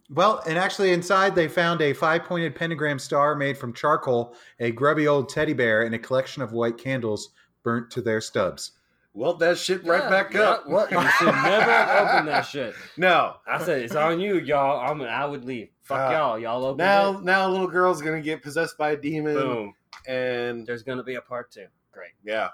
[SPEAKER 2] Well, and actually, inside they found a five pointed pentagram star made from charcoal, a grubby old teddy bear, and a collection of white candles burnt to their stubs.
[SPEAKER 1] Weld that shit right
[SPEAKER 3] Yeah,
[SPEAKER 1] back
[SPEAKER 3] yeah,
[SPEAKER 1] up.
[SPEAKER 3] What? You should never open that shit.
[SPEAKER 1] No.
[SPEAKER 3] I said it's on you, y'all. I'm. I would leave. Fuck
[SPEAKER 1] Uh,
[SPEAKER 3] y'all. Y'all open
[SPEAKER 1] Now,
[SPEAKER 3] it.
[SPEAKER 1] now, little girl's gonna get possessed by a demon,
[SPEAKER 3] Boom.
[SPEAKER 1] and
[SPEAKER 3] There's gonna be a part two. Great.
[SPEAKER 1] yeah.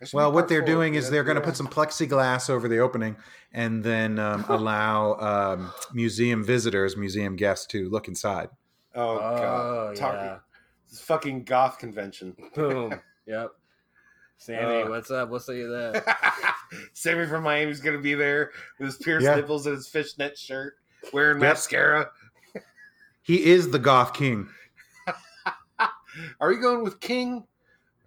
[SPEAKER 1] That should
[SPEAKER 2] Well,
[SPEAKER 1] be
[SPEAKER 2] what
[SPEAKER 1] part
[SPEAKER 2] they're
[SPEAKER 1] four.
[SPEAKER 2] doing is
[SPEAKER 1] Yeah,
[SPEAKER 2] they're going to
[SPEAKER 1] yeah.
[SPEAKER 2] put some plexiglass over the opening and then um, allow um, museum visitors, museum guests to look inside.
[SPEAKER 1] Oh, god,
[SPEAKER 3] Oh,
[SPEAKER 1] Talk- this fucking goth convention.
[SPEAKER 3] yeah. Boom. Yep. Sammy,
[SPEAKER 1] Uh.
[SPEAKER 3] what's up? We'll see you there.
[SPEAKER 1] Sammy from Miami's gonna be there with his pierced
[SPEAKER 2] Yeah.
[SPEAKER 1] nipples and his fishnet shirt, wearing
[SPEAKER 2] Yep.
[SPEAKER 1] mascara.
[SPEAKER 2] He is the goth king.
[SPEAKER 1] Are you going with King?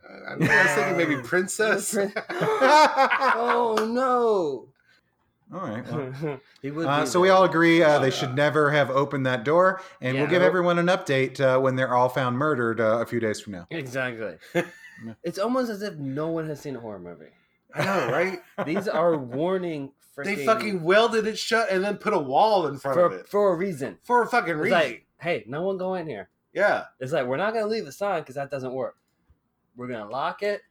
[SPEAKER 1] Uh, I was thinking maybe princess.
[SPEAKER 3] oh
[SPEAKER 2] all
[SPEAKER 3] no.
[SPEAKER 2] right. Well.
[SPEAKER 3] he would.
[SPEAKER 2] Uh,
[SPEAKER 3] be
[SPEAKER 2] so we
[SPEAKER 3] there.
[SPEAKER 2] all agree uh, they
[SPEAKER 3] Yeah.
[SPEAKER 2] should never have opened that door, and we'll
[SPEAKER 3] Yeah.
[SPEAKER 2] give everyone an update uh, when they're all found murdered uh, a few days from now.
[SPEAKER 3] Exactly. it's almost as if no one has seen a horror movie.
[SPEAKER 1] I know, right?
[SPEAKER 3] These are warning. Freaking
[SPEAKER 1] They fucking welded it shut and then put a wall in front of
[SPEAKER 3] for
[SPEAKER 1] it
[SPEAKER 3] for a reason.
[SPEAKER 1] for a fucking
[SPEAKER 3] It's
[SPEAKER 1] reason.
[SPEAKER 3] like, hey, no one go in here.
[SPEAKER 1] yeah,
[SPEAKER 3] It's like we're not gonna leave a sign because that doesn't work. We're gonna lock it,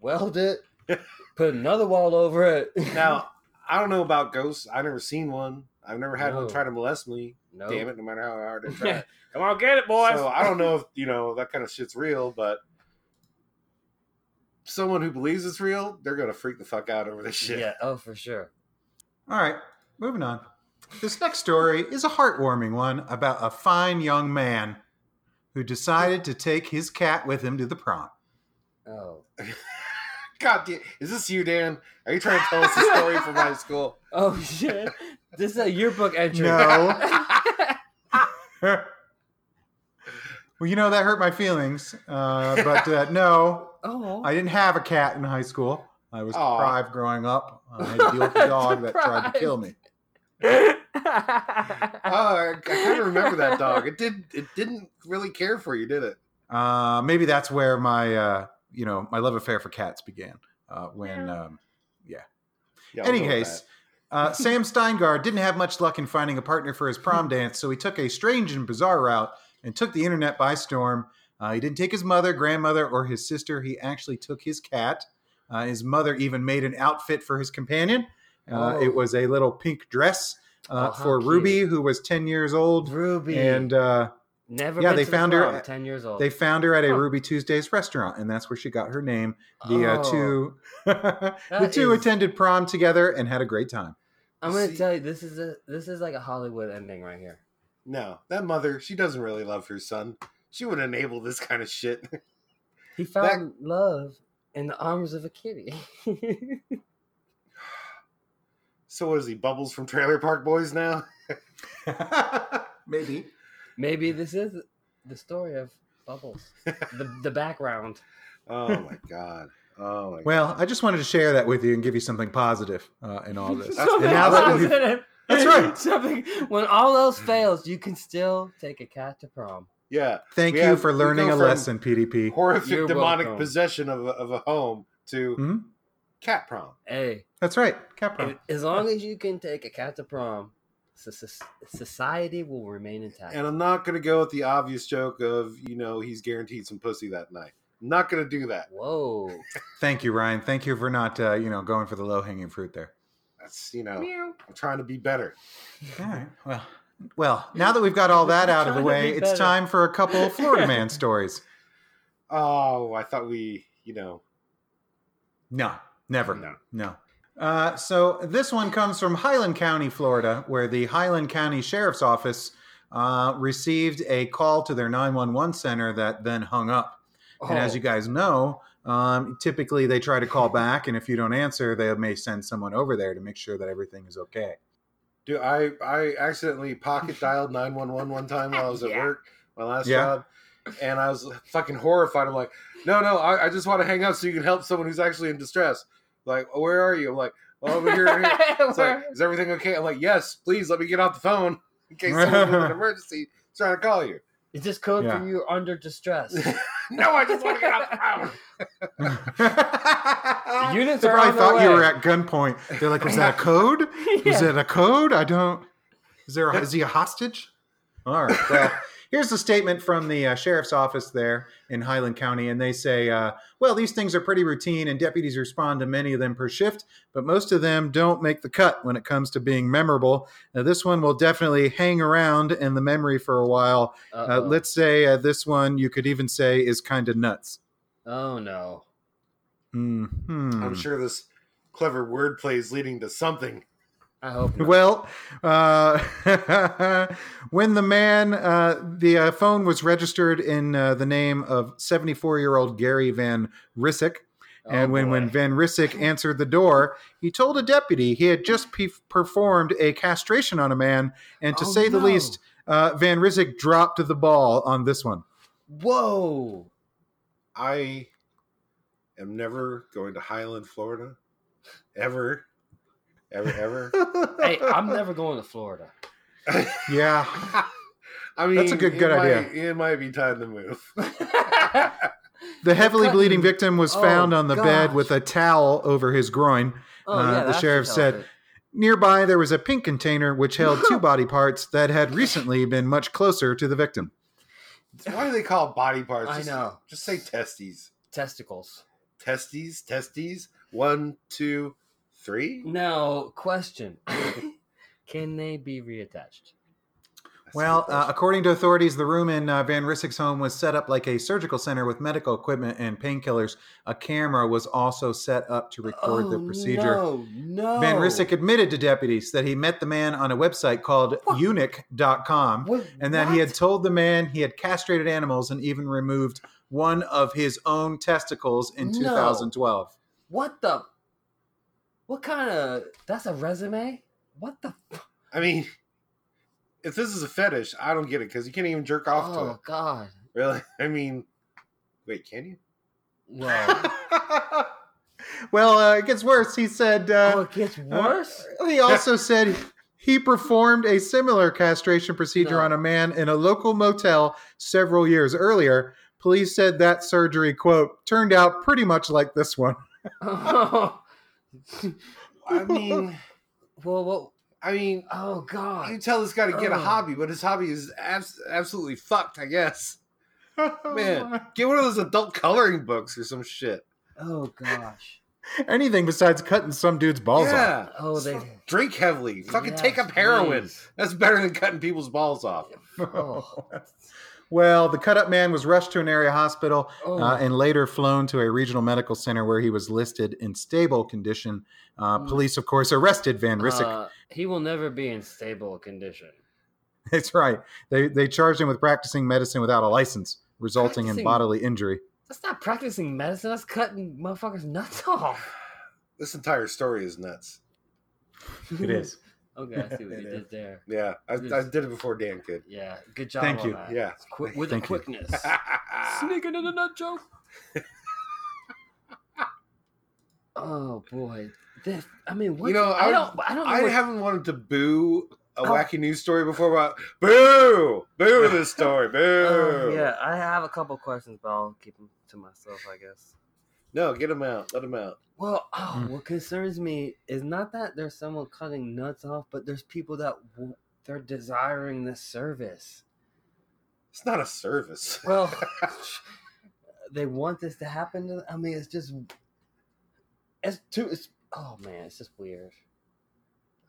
[SPEAKER 3] weld it, put another wall over it.
[SPEAKER 1] Now, I don't know about ghosts. I've never seen one. I've never had
[SPEAKER 3] No.
[SPEAKER 1] one try to molest me.
[SPEAKER 3] no.
[SPEAKER 1] Damn it, no matter how hard I try.
[SPEAKER 3] Come on, get it,
[SPEAKER 1] So I don't know if, you know, that kind of shit's real, but someone who believes it's real, they're going to freak the fuck out over this shit.
[SPEAKER 3] Yeah. Oh, for sure.
[SPEAKER 2] All right, moving on. This next story is a heartwarming one about a fine young man who decided to take his cat with him to the prom.
[SPEAKER 3] Oh.
[SPEAKER 1] God damn. Is this you, Dan? Are you trying to tell us a story from high school?
[SPEAKER 3] Oh shit. this is a yearbook entry.
[SPEAKER 2] No. well, you know, that hurt my feelings, uh, but uh, no,
[SPEAKER 3] oh.
[SPEAKER 2] I didn't have a cat in high school. I was
[SPEAKER 1] Aw.
[SPEAKER 2] deprived growing up. I had to deal with a dog that tried to kill me.
[SPEAKER 1] Oh, I, I kind of remember that dog. It did. It didn't really care for you, did it?
[SPEAKER 2] Uh, maybe that's where my uh, you know my love affair for cats began. Uh, when um,
[SPEAKER 1] Yeah, I'll
[SPEAKER 2] any
[SPEAKER 1] go with
[SPEAKER 2] case, uh, Sam Steingard didn't have much luck in finding a partner for his prom dance, so he took a strange and bizarre route and took the internet by storm. Uh, he didn't take his mother, grandmother, or his sister. He actually took his cat. Uh, his mother even made an outfit for his companion. Uh,
[SPEAKER 3] Oh.
[SPEAKER 2] It was a little pink dress
[SPEAKER 3] Oh,
[SPEAKER 2] uh,
[SPEAKER 3] how
[SPEAKER 2] for Ruby,
[SPEAKER 3] cute.
[SPEAKER 2] who was ten years old,
[SPEAKER 3] Ruby
[SPEAKER 2] and uh,
[SPEAKER 3] never.
[SPEAKER 2] yeah,
[SPEAKER 3] been
[SPEAKER 2] they
[SPEAKER 3] to the
[SPEAKER 2] found her
[SPEAKER 3] prom,
[SPEAKER 2] at-
[SPEAKER 3] ten years old.
[SPEAKER 2] they found her at a
[SPEAKER 3] Huh.
[SPEAKER 2] Ruby Tuesdays restaurant, and that's where she got her name. The uh,
[SPEAKER 3] Oh,
[SPEAKER 2] two, the
[SPEAKER 3] that
[SPEAKER 2] two
[SPEAKER 3] is-
[SPEAKER 2] attended prom together and had a great time.
[SPEAKER 3] I'm gonna
[SPEAKER 1] See-
[SPEAKER 3] tell you, this is a this is like a Hollywood ending right here.
[SPEAKER 1] No, that mother, she doesn't really love her son. She would enable this kind of shit.
[SPEAKER 3] He found love in the arms of a kitty.
[SPEAKER 1] So what is he? Bubbles from Trailer Park Boys now?
[SPEAKER 2] Maybe.
[SPEAKER 3] Maybe this is the story of Bubbles, the the background.
[SPEAKER 1] Oh my god. Oh my. god.
[SPEAKER 2] Well, I just wanted to share that with you and give you something positive uh, in all this.
[SPEAKER 1] That's-
[SPEAKER 3] Something
[SPEAKER 1] and now that
[SPEAKER 2] we've-
[SPEAKER 3] positive.
[SPEAKER 2] That's right.
[SPEAKER 3] Something when all else fails, you can still take a cat to prom.
[SPEAKER 1] Yeah.
[SPEAKER 2] Thank
[SPEAKER 1] We
[SPEAKER 2] you
[SPEAKER 1] have-
[SPEAKER 2] for
[SPEAKER 1] we
[SPEAKER 2] learning
[SPEAKER 1] go
[SPEAKER 2] a
[SPEAKER 1] from-
[SPEAKER 2] lesson, PDP.
[SPEAKER 1] Horrific
[SPEAKER 3] You're
[SPEAKER 1] demonic
[SPEAKER 3] welcome. Mm.
[SPEAKER 1] possession of a, of a home to
[SPEAKER 2] hmm
[SPEAKER 1] cat prom.
[SPEAKER 3] Hey,
[SPEAKER 2] That's right, cat prom.
[SPEAKER 3] if- as long as you can take a cat to prom, so- so- society will remain intact.
[SPEAKER 1] And I'm not gonna go with the obvious joke of you know he's guaranteed some pussy that night. I'm not gonna do that.
[SPEAKER 3] Whoa.
[SPEAKER 2] Thank you, Ryan. Thank you for not uh, you know going for the low hanging fruit there.
[SPEAKER 1] That's you know
[SPEAKER 3] Meow.
[SPEAKER 1] I'm trying to be better.
[SPEAKER 2] All right. Well, well. Now that we've got all that out of the
[SPEAKER 3] Trying to
[SPEAKER 2] way,
[SPEAKER 3] be
[SPEAKER 2] it's
[SPEAKER 3] better.
[SPEAKER 2] time for a couple of Florida man stories.
[SPEAKER 1] Oh, I thought we you know
[SPEAKER 2] No, never.
[SPEAKER 1] No.
[SPEAKER 2] No. Uh, so this one comes from Highland County, Florida, where the Highland County Sheriff's Office uh, received a call to their 911 center that then hung up. And as
[SPEAKER 3] Oh.
[SPEAKER 2] you guys know, um, typically they try to call back, and if you don't answer, they may send someone over there to make sure that everything is okay.
[SPEAKER 1] do I I accidentally pocket dialed 911 one time while I was at
[SPEAKER 3] Yeah.
[SPEAKER 1] work my last
[SPEAKER 2] Yeah.
[SPEAKER 1] job. And I was fucking horrified. I'm like, no, no, I, I just want to hang up so you can help someone who's actually in distress. Like, "Oh, where are you? I'm like, well, over here, over here. It's like, is everything okay? I'm like, yes, please let me get off the phone in case someone with an emergency is trying to call you.
[SPEAKER 3] Is this code
[SPEAKER 2] Yeah.
[SPEAKER 3] for you under distress?
[SPEAKER 1] no, I just want to get out the pound.
[SPEAKER 3] Units
[SPEAKER 2] they
[SPEAKER 3] are
[SPEAKER 2] probably
[SPEAKER 3] on
[SPEAKER 2] thought
[SPEAKER 3] their
[SPEAKER 2] you
[SPEAKER 3] way.
[SPEAKER 2] were at gunpoint. They're like, "Was that a code?
[SPEAKER 3] Yeah.
[SPEAKER 2] Is that a code? I don't. Is there? A, is he a hostage? All right. Well, here's the statement from the uh, sheriff's office there in Highland County, and they say, uh, "Well, these things are pretty routine, and deputies respond to many of them per shift, but most of them don't make the cut when it comes to being memorable. Now, this one will definitely hang around in the memory for a while. Uh,
[SPEAKER 3] Uh-oh.
[SPEAKER 2] let's say uh, this one, you could even say, is kind of nuts."
[SPEAKER 3] Oh no.
[SPEAKER 2] Mhm.
[SPEAKER 1] I'm sure this clever wordplay is leading to something.
[SPEAKER 3] I hope not.
[SPEAKER 2] Well, uh, when the man, uh, the uh, phone was registered in uh, the name of 74 year old Gary Van Rissick.
[SPEAKER 3] Oh,
[SPEAKER 2] And when, when
[SPEAKER 3] boy.
[SPEAKER 2] Van Rissick answered the door, he told a deputy he had just pe- performed a castration on a man. And to
[SPEAKER 3] Oh,
[SPEAKER 2] say the
[SPEAKER 3] no.
[SPEAKER 2] least, uh, Van Rissick dropped the ball on this one.
[SPEAKER 3] Whoa.
[SPEAKER 1] I am never going to Highland, Florida, ever, ever, ever.
[SPEAKER 3] Hey, I'm never going to Florida.
[SPEAKER 2] yeah.
[SPEAKER 1] I mean,
[SPEAKER 2] That's a good-
[SPEAKER 1] it
[SPEAKER 2] good idea.
[SPEAKER 1] might- It might be time to move.
[SPEAKER 3] Oh,
[SPEAKER 2] Uh, The heavily
[SPEAKER 3] cutting-
[SPEAKER 2] bleeding victim was
[SPEAKER 3] Oh,
[SPEAKER 2] found on the bed
[SPEAKER 3] gosh.
[SPEAKER 2] with a towel over his groin.
[SPEAKER 3] Oh,
[SPEAKER 2] Uh,
[SPEAKER 3] yeah,
[SPEAKER 2] the
[SPEAKER 3] that's
[SPEAKER 2] sheriff said,
[SPEAKER 3] intelligent.
[SPEAKER 2] Nearby, there was a pink container which held two body parts that had recently been much closer to the victim.
[SPEAKER 1] Why do they call it body parts?
[SPEAKER 3] I
[SPEAKER 1] Just-
[SPEAKER 3] know.
[SPEAKER 1] Just say testes.
[SPEAKER 3] Testicles.
[SPEAKER 1] Testes, testes. One, two, three.
[SPEAKER 3] Now, question. Can they be reattached?
[SPEAKER 1] That's a
[SPEAKER 2] Well,
[SPEAKER 1] good
[SPEAKER 2] uh,
[SPEAKER 1] question.
[SPEAKER 2] according to authorities, the room in uh, Van Rissick's home was set up like a surgical center with medical equipment and painkillers. A camera was also set up to record the
[SPEAKER 3] Oh,
[SPEAKER 2] procedure.
[SPEAKER 3] No, no.
[SPEAKER 2] Van Rissick admitted to deputies that he met the man on a website called
[SPEAKER 3] What?
[SPEAKER 2] eunuch.com
[SPEAKER 3] What-
[SPEAKER 2] and that he
[SPEAKER 3] what?
[SPEAKER 2] had told the man he had castrated animals and even removed one of his own testicles in
[SPEAKER 3] No.
[SPEAKER 2] 2012.
[SPEAKER 3] What the? What kind of? That's a resume. What the? f-
[SPEAKER 1] I mean, if this is a fetish, I don't get it because you can't even jerk off to
[SPEAKER 3] oh
[SPEAKER 1] it.
[SPEAKER 3] God!
[SPEAKER 1] Really? I mean, wait, can you?
[SPEAKER 3] Well,
[SPEAKER 2] well, uh, it gets worse. He said.
[SPEAKER 3] oh,
[SPEAKER 2] Uh,
[SPEAKER 3] it gets worse.
[SPEAKER 2] He also said he performed a similar castration procedure
[SPEAKER 3] No.
[SPEAKER 2] on a man in a local motel several years earlier. Police said that surgery quote turned out pretty much like this one.
[SPEAKER 3] well,
[SPEAKER 1] I mean,
[SPEAKER 3] well,
[SPEAKER 1] I mean,
[SPEAKER 3] oh
[SPEAKER 1] you
[SPEAKER 3] God!
[SPEAKER 1] tell this guy to get a
[SPEAKER 3] Oh.
[SPEAKER 1] hobby, but his hobby is abs- absolutely fucked. I guess. Man. Get one of those adult coloring books or some shit.
[SPEAKER 3] Oh gosh!
[SPEAKER 2] anything besides cutting some dude's balls off.
[SPEAKER 1] yeah.
[SPEAKER 3] Oh, they
[SPEAKER 1] Drink heavily. Fucking take
[SPEAKER 3] Yes,
[SPEAKER 1] up heroin.
[SPEAKER 3] please.
[SPEAKER 1] That's better than cutting people's balls off.
[SPEAKER 3] Oh,
[SPEAKER 2] Well, the cut up man was rushed to an area hospital
[SPEAKER 3] oh.
[SPEAKER 2] uh, and later flown to a regional medical center where he was listed in stable condition. Uh,
[SPEAKER 3] Mm.
[SPEAKER 2] police, of course, arrested Van Rissick.
[SPEAKER 3] Uh, he will never be in stable condition.
[SPEAKER 2] That's right. They they charged him with practicing medicine without a license, resulting in
[SPEAKER 3] Practicing-
[SPEAKER 2] bodily injury.
[SPEAKER 3] That's not practicing medicine. That's cutting motherfuckers nuts off.
[SPEAKER 1] This entire story is nuts.
[SPEAKER 2] It is.
[SPEAKER 3] okay, I see what
[SPEAKER 2] It
[SPEAKER 3] you
[SPEAKER 2] is.
[SPEAKER 3] did there.
[SPEAKER 1] Yeah, I, I
[SPEAKER 3] Hmm.
[SPEAKER 1] did it before Dan could.
[SPEAKER 3] Yeah, good job.
[SPEAKER 2] Thank
[SPEAKER 3] on
[SPEAKER 2] you.
[SPEAKER 3] that.
[SPEAKER 1] Yeah.
[SPEAKER 3] Quick, with a
[SPEAKER 2] Thank you.
[SPEAKER 3] quickness. Sneaking in a nut joke. oh boy, this. I mean, what,
[SPEAKER 1] You know,
[SPEAKER 3] I,
[SPEAKER 1] I
[SPEAKER 3] don't. I don't know.
[SPEAKER 1] I
[SPEAKER 3] what-
[SPEAKER 1] haven't wanted to boo a
[SPEAKER 3] Oh.
[SPEAKER 1] wacky news story before, but boo, boo this story, boo.
[SPEAKER 3] Oh, yeah, I have a couple questions, but I'll keep them to myself, I guess.
[SPEAKER 1] No, get him out. Let him out.
[SPEAKER 3] Well, oh,
[SPEAKER 2] Mm.
[SPEAKER 3] what concerns me is not that there's someone cutting nuts off, but there's people that w- they're desiring this service.
[SPEAKER 1] It's not a service.
[SPEAKER 3] Well, they want this to happen. To, I mean, it's just it's too. It's oh man, it's just weird.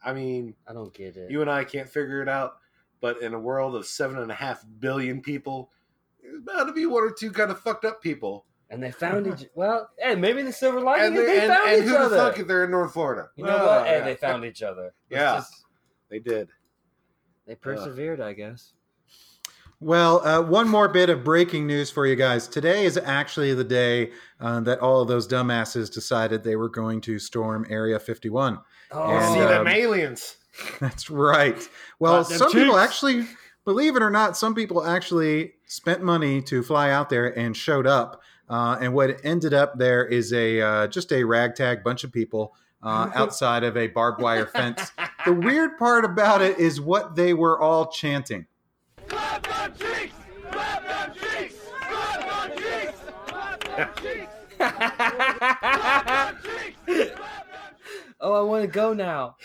[SPEAKER 1] I mean,
[SPEAKER 3] I don't get it.
[SPEAKER 1] you and I can't figure it out, but in a world of seven and a half billion people, there's bound to be one or two kind of fucked up people.
[SPEAKER 3] and they found each. Well, hey, maybe the silver lining
[SPEAKER 1] And,
[SPEAKER 3] is
[SPEAKER 1] they're-
[SPEAKER 3] they
[SPEAKER 1] and,
[SPEAKER 3] found
[SPEAKER 1] and
[SPEAKER 3] each
[SPEAKER 1] who
[SPEAKER 3] other.
[SPEAKER 1] the fuck if they're in North Florida?
[SPEAKER 3] you know
[SPEAKER 1] Oh,
[SPEAKER 3] what? Hey,
[SPEAKER 1] yeah.
[SPEAKER 3] they found each other. It's
[SPEAKER 1] Yeah.
[SPEAKER 3] just-
[SPEAKER 1] They did.
[SPEAKER 3] they persevered, I guess.
[SPEAKER 2] Well, uh, one more bit of breaking news for you guys. Today is actually the day uh, that all of those dumbasses decided they were going to storm Area 51.
[SPEAKER 3] Oh,
[SPEAKER 1] See
[SPEAKER 2] um,
[SPEAKER 1] them aliens.
[SPEAKER 2] That's right. Well,
[SPEAKER 3] Got them
[SPEAKER 2] some people
[SPEAKER 3] cheeks.
[SPEAKER 2] actually, believe it or not, some people actually spent money to fly out there and showed up. Uh, and what ended up there is a uh, just a ragtag bunch of people uh, outside of a barbed wire fence. The weird part about it is what they were all chanting.
[SPEAKER 5] Clap your cheeks! Clap
[SPEAKER 3] um, oh, I want to go now.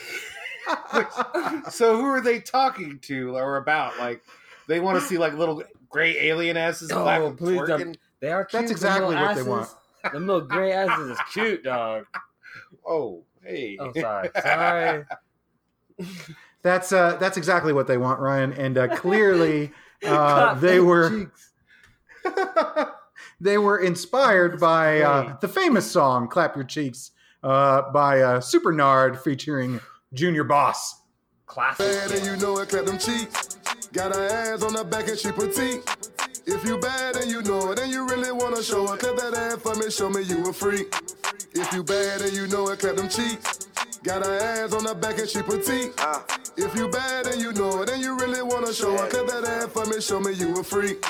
[SPEAKER 1] so who are they talking to or about? Like they want to see like little gray alien asses
[SPEAKER 3] Oh,
[SPEAKER 1] clapping,
[SPEAKER 3] please don't-
[SPEAKER 1] twerking.
[SPEAKER 3] They are cute.
[SPEAKER 2] That's
[SPEAKER 3] them
[SPEAKER 2] exactly
[SPEAKER 3] little
[SPEAKER 2] what they want.
[SPEAKER 3] asses. Them little gray asses is cute, dog.
[SPEAKER 1] Oh, hey.
[SPEAKER 3] Oh, sorry, sorry.
[SPEAKER 2] That's uh, that's exactly what they want, Ryan. And uh, clearly, uh,
[SPEAKER 3] Clap
[SPEAKER 2] they
[SPEAKER 3] them
[SPEAKER 2] were
[SPEAKER 3] cheeks.
[SPEAKER 2] they were inspired by uh,
[SPEAKER 3] great.
[SPEAKER 2] the famous song "Clap Your Cheeks" uh, by uh, Super Nard featuring Junior Boss.
[SPEAKER 3] classic.
[SPEAKER 5] bad and you know it, clap them cheeks. Got her ass on her back and she petite. If you bad and you know it, and you really wanna show it, clap that ass for me, show me you a freak. If you bad and you know it, clap them cheeks. Got her ass on her back and she petite. If you bad and you know it, and you really wanna show it, clap that ass for me, show me you a freak.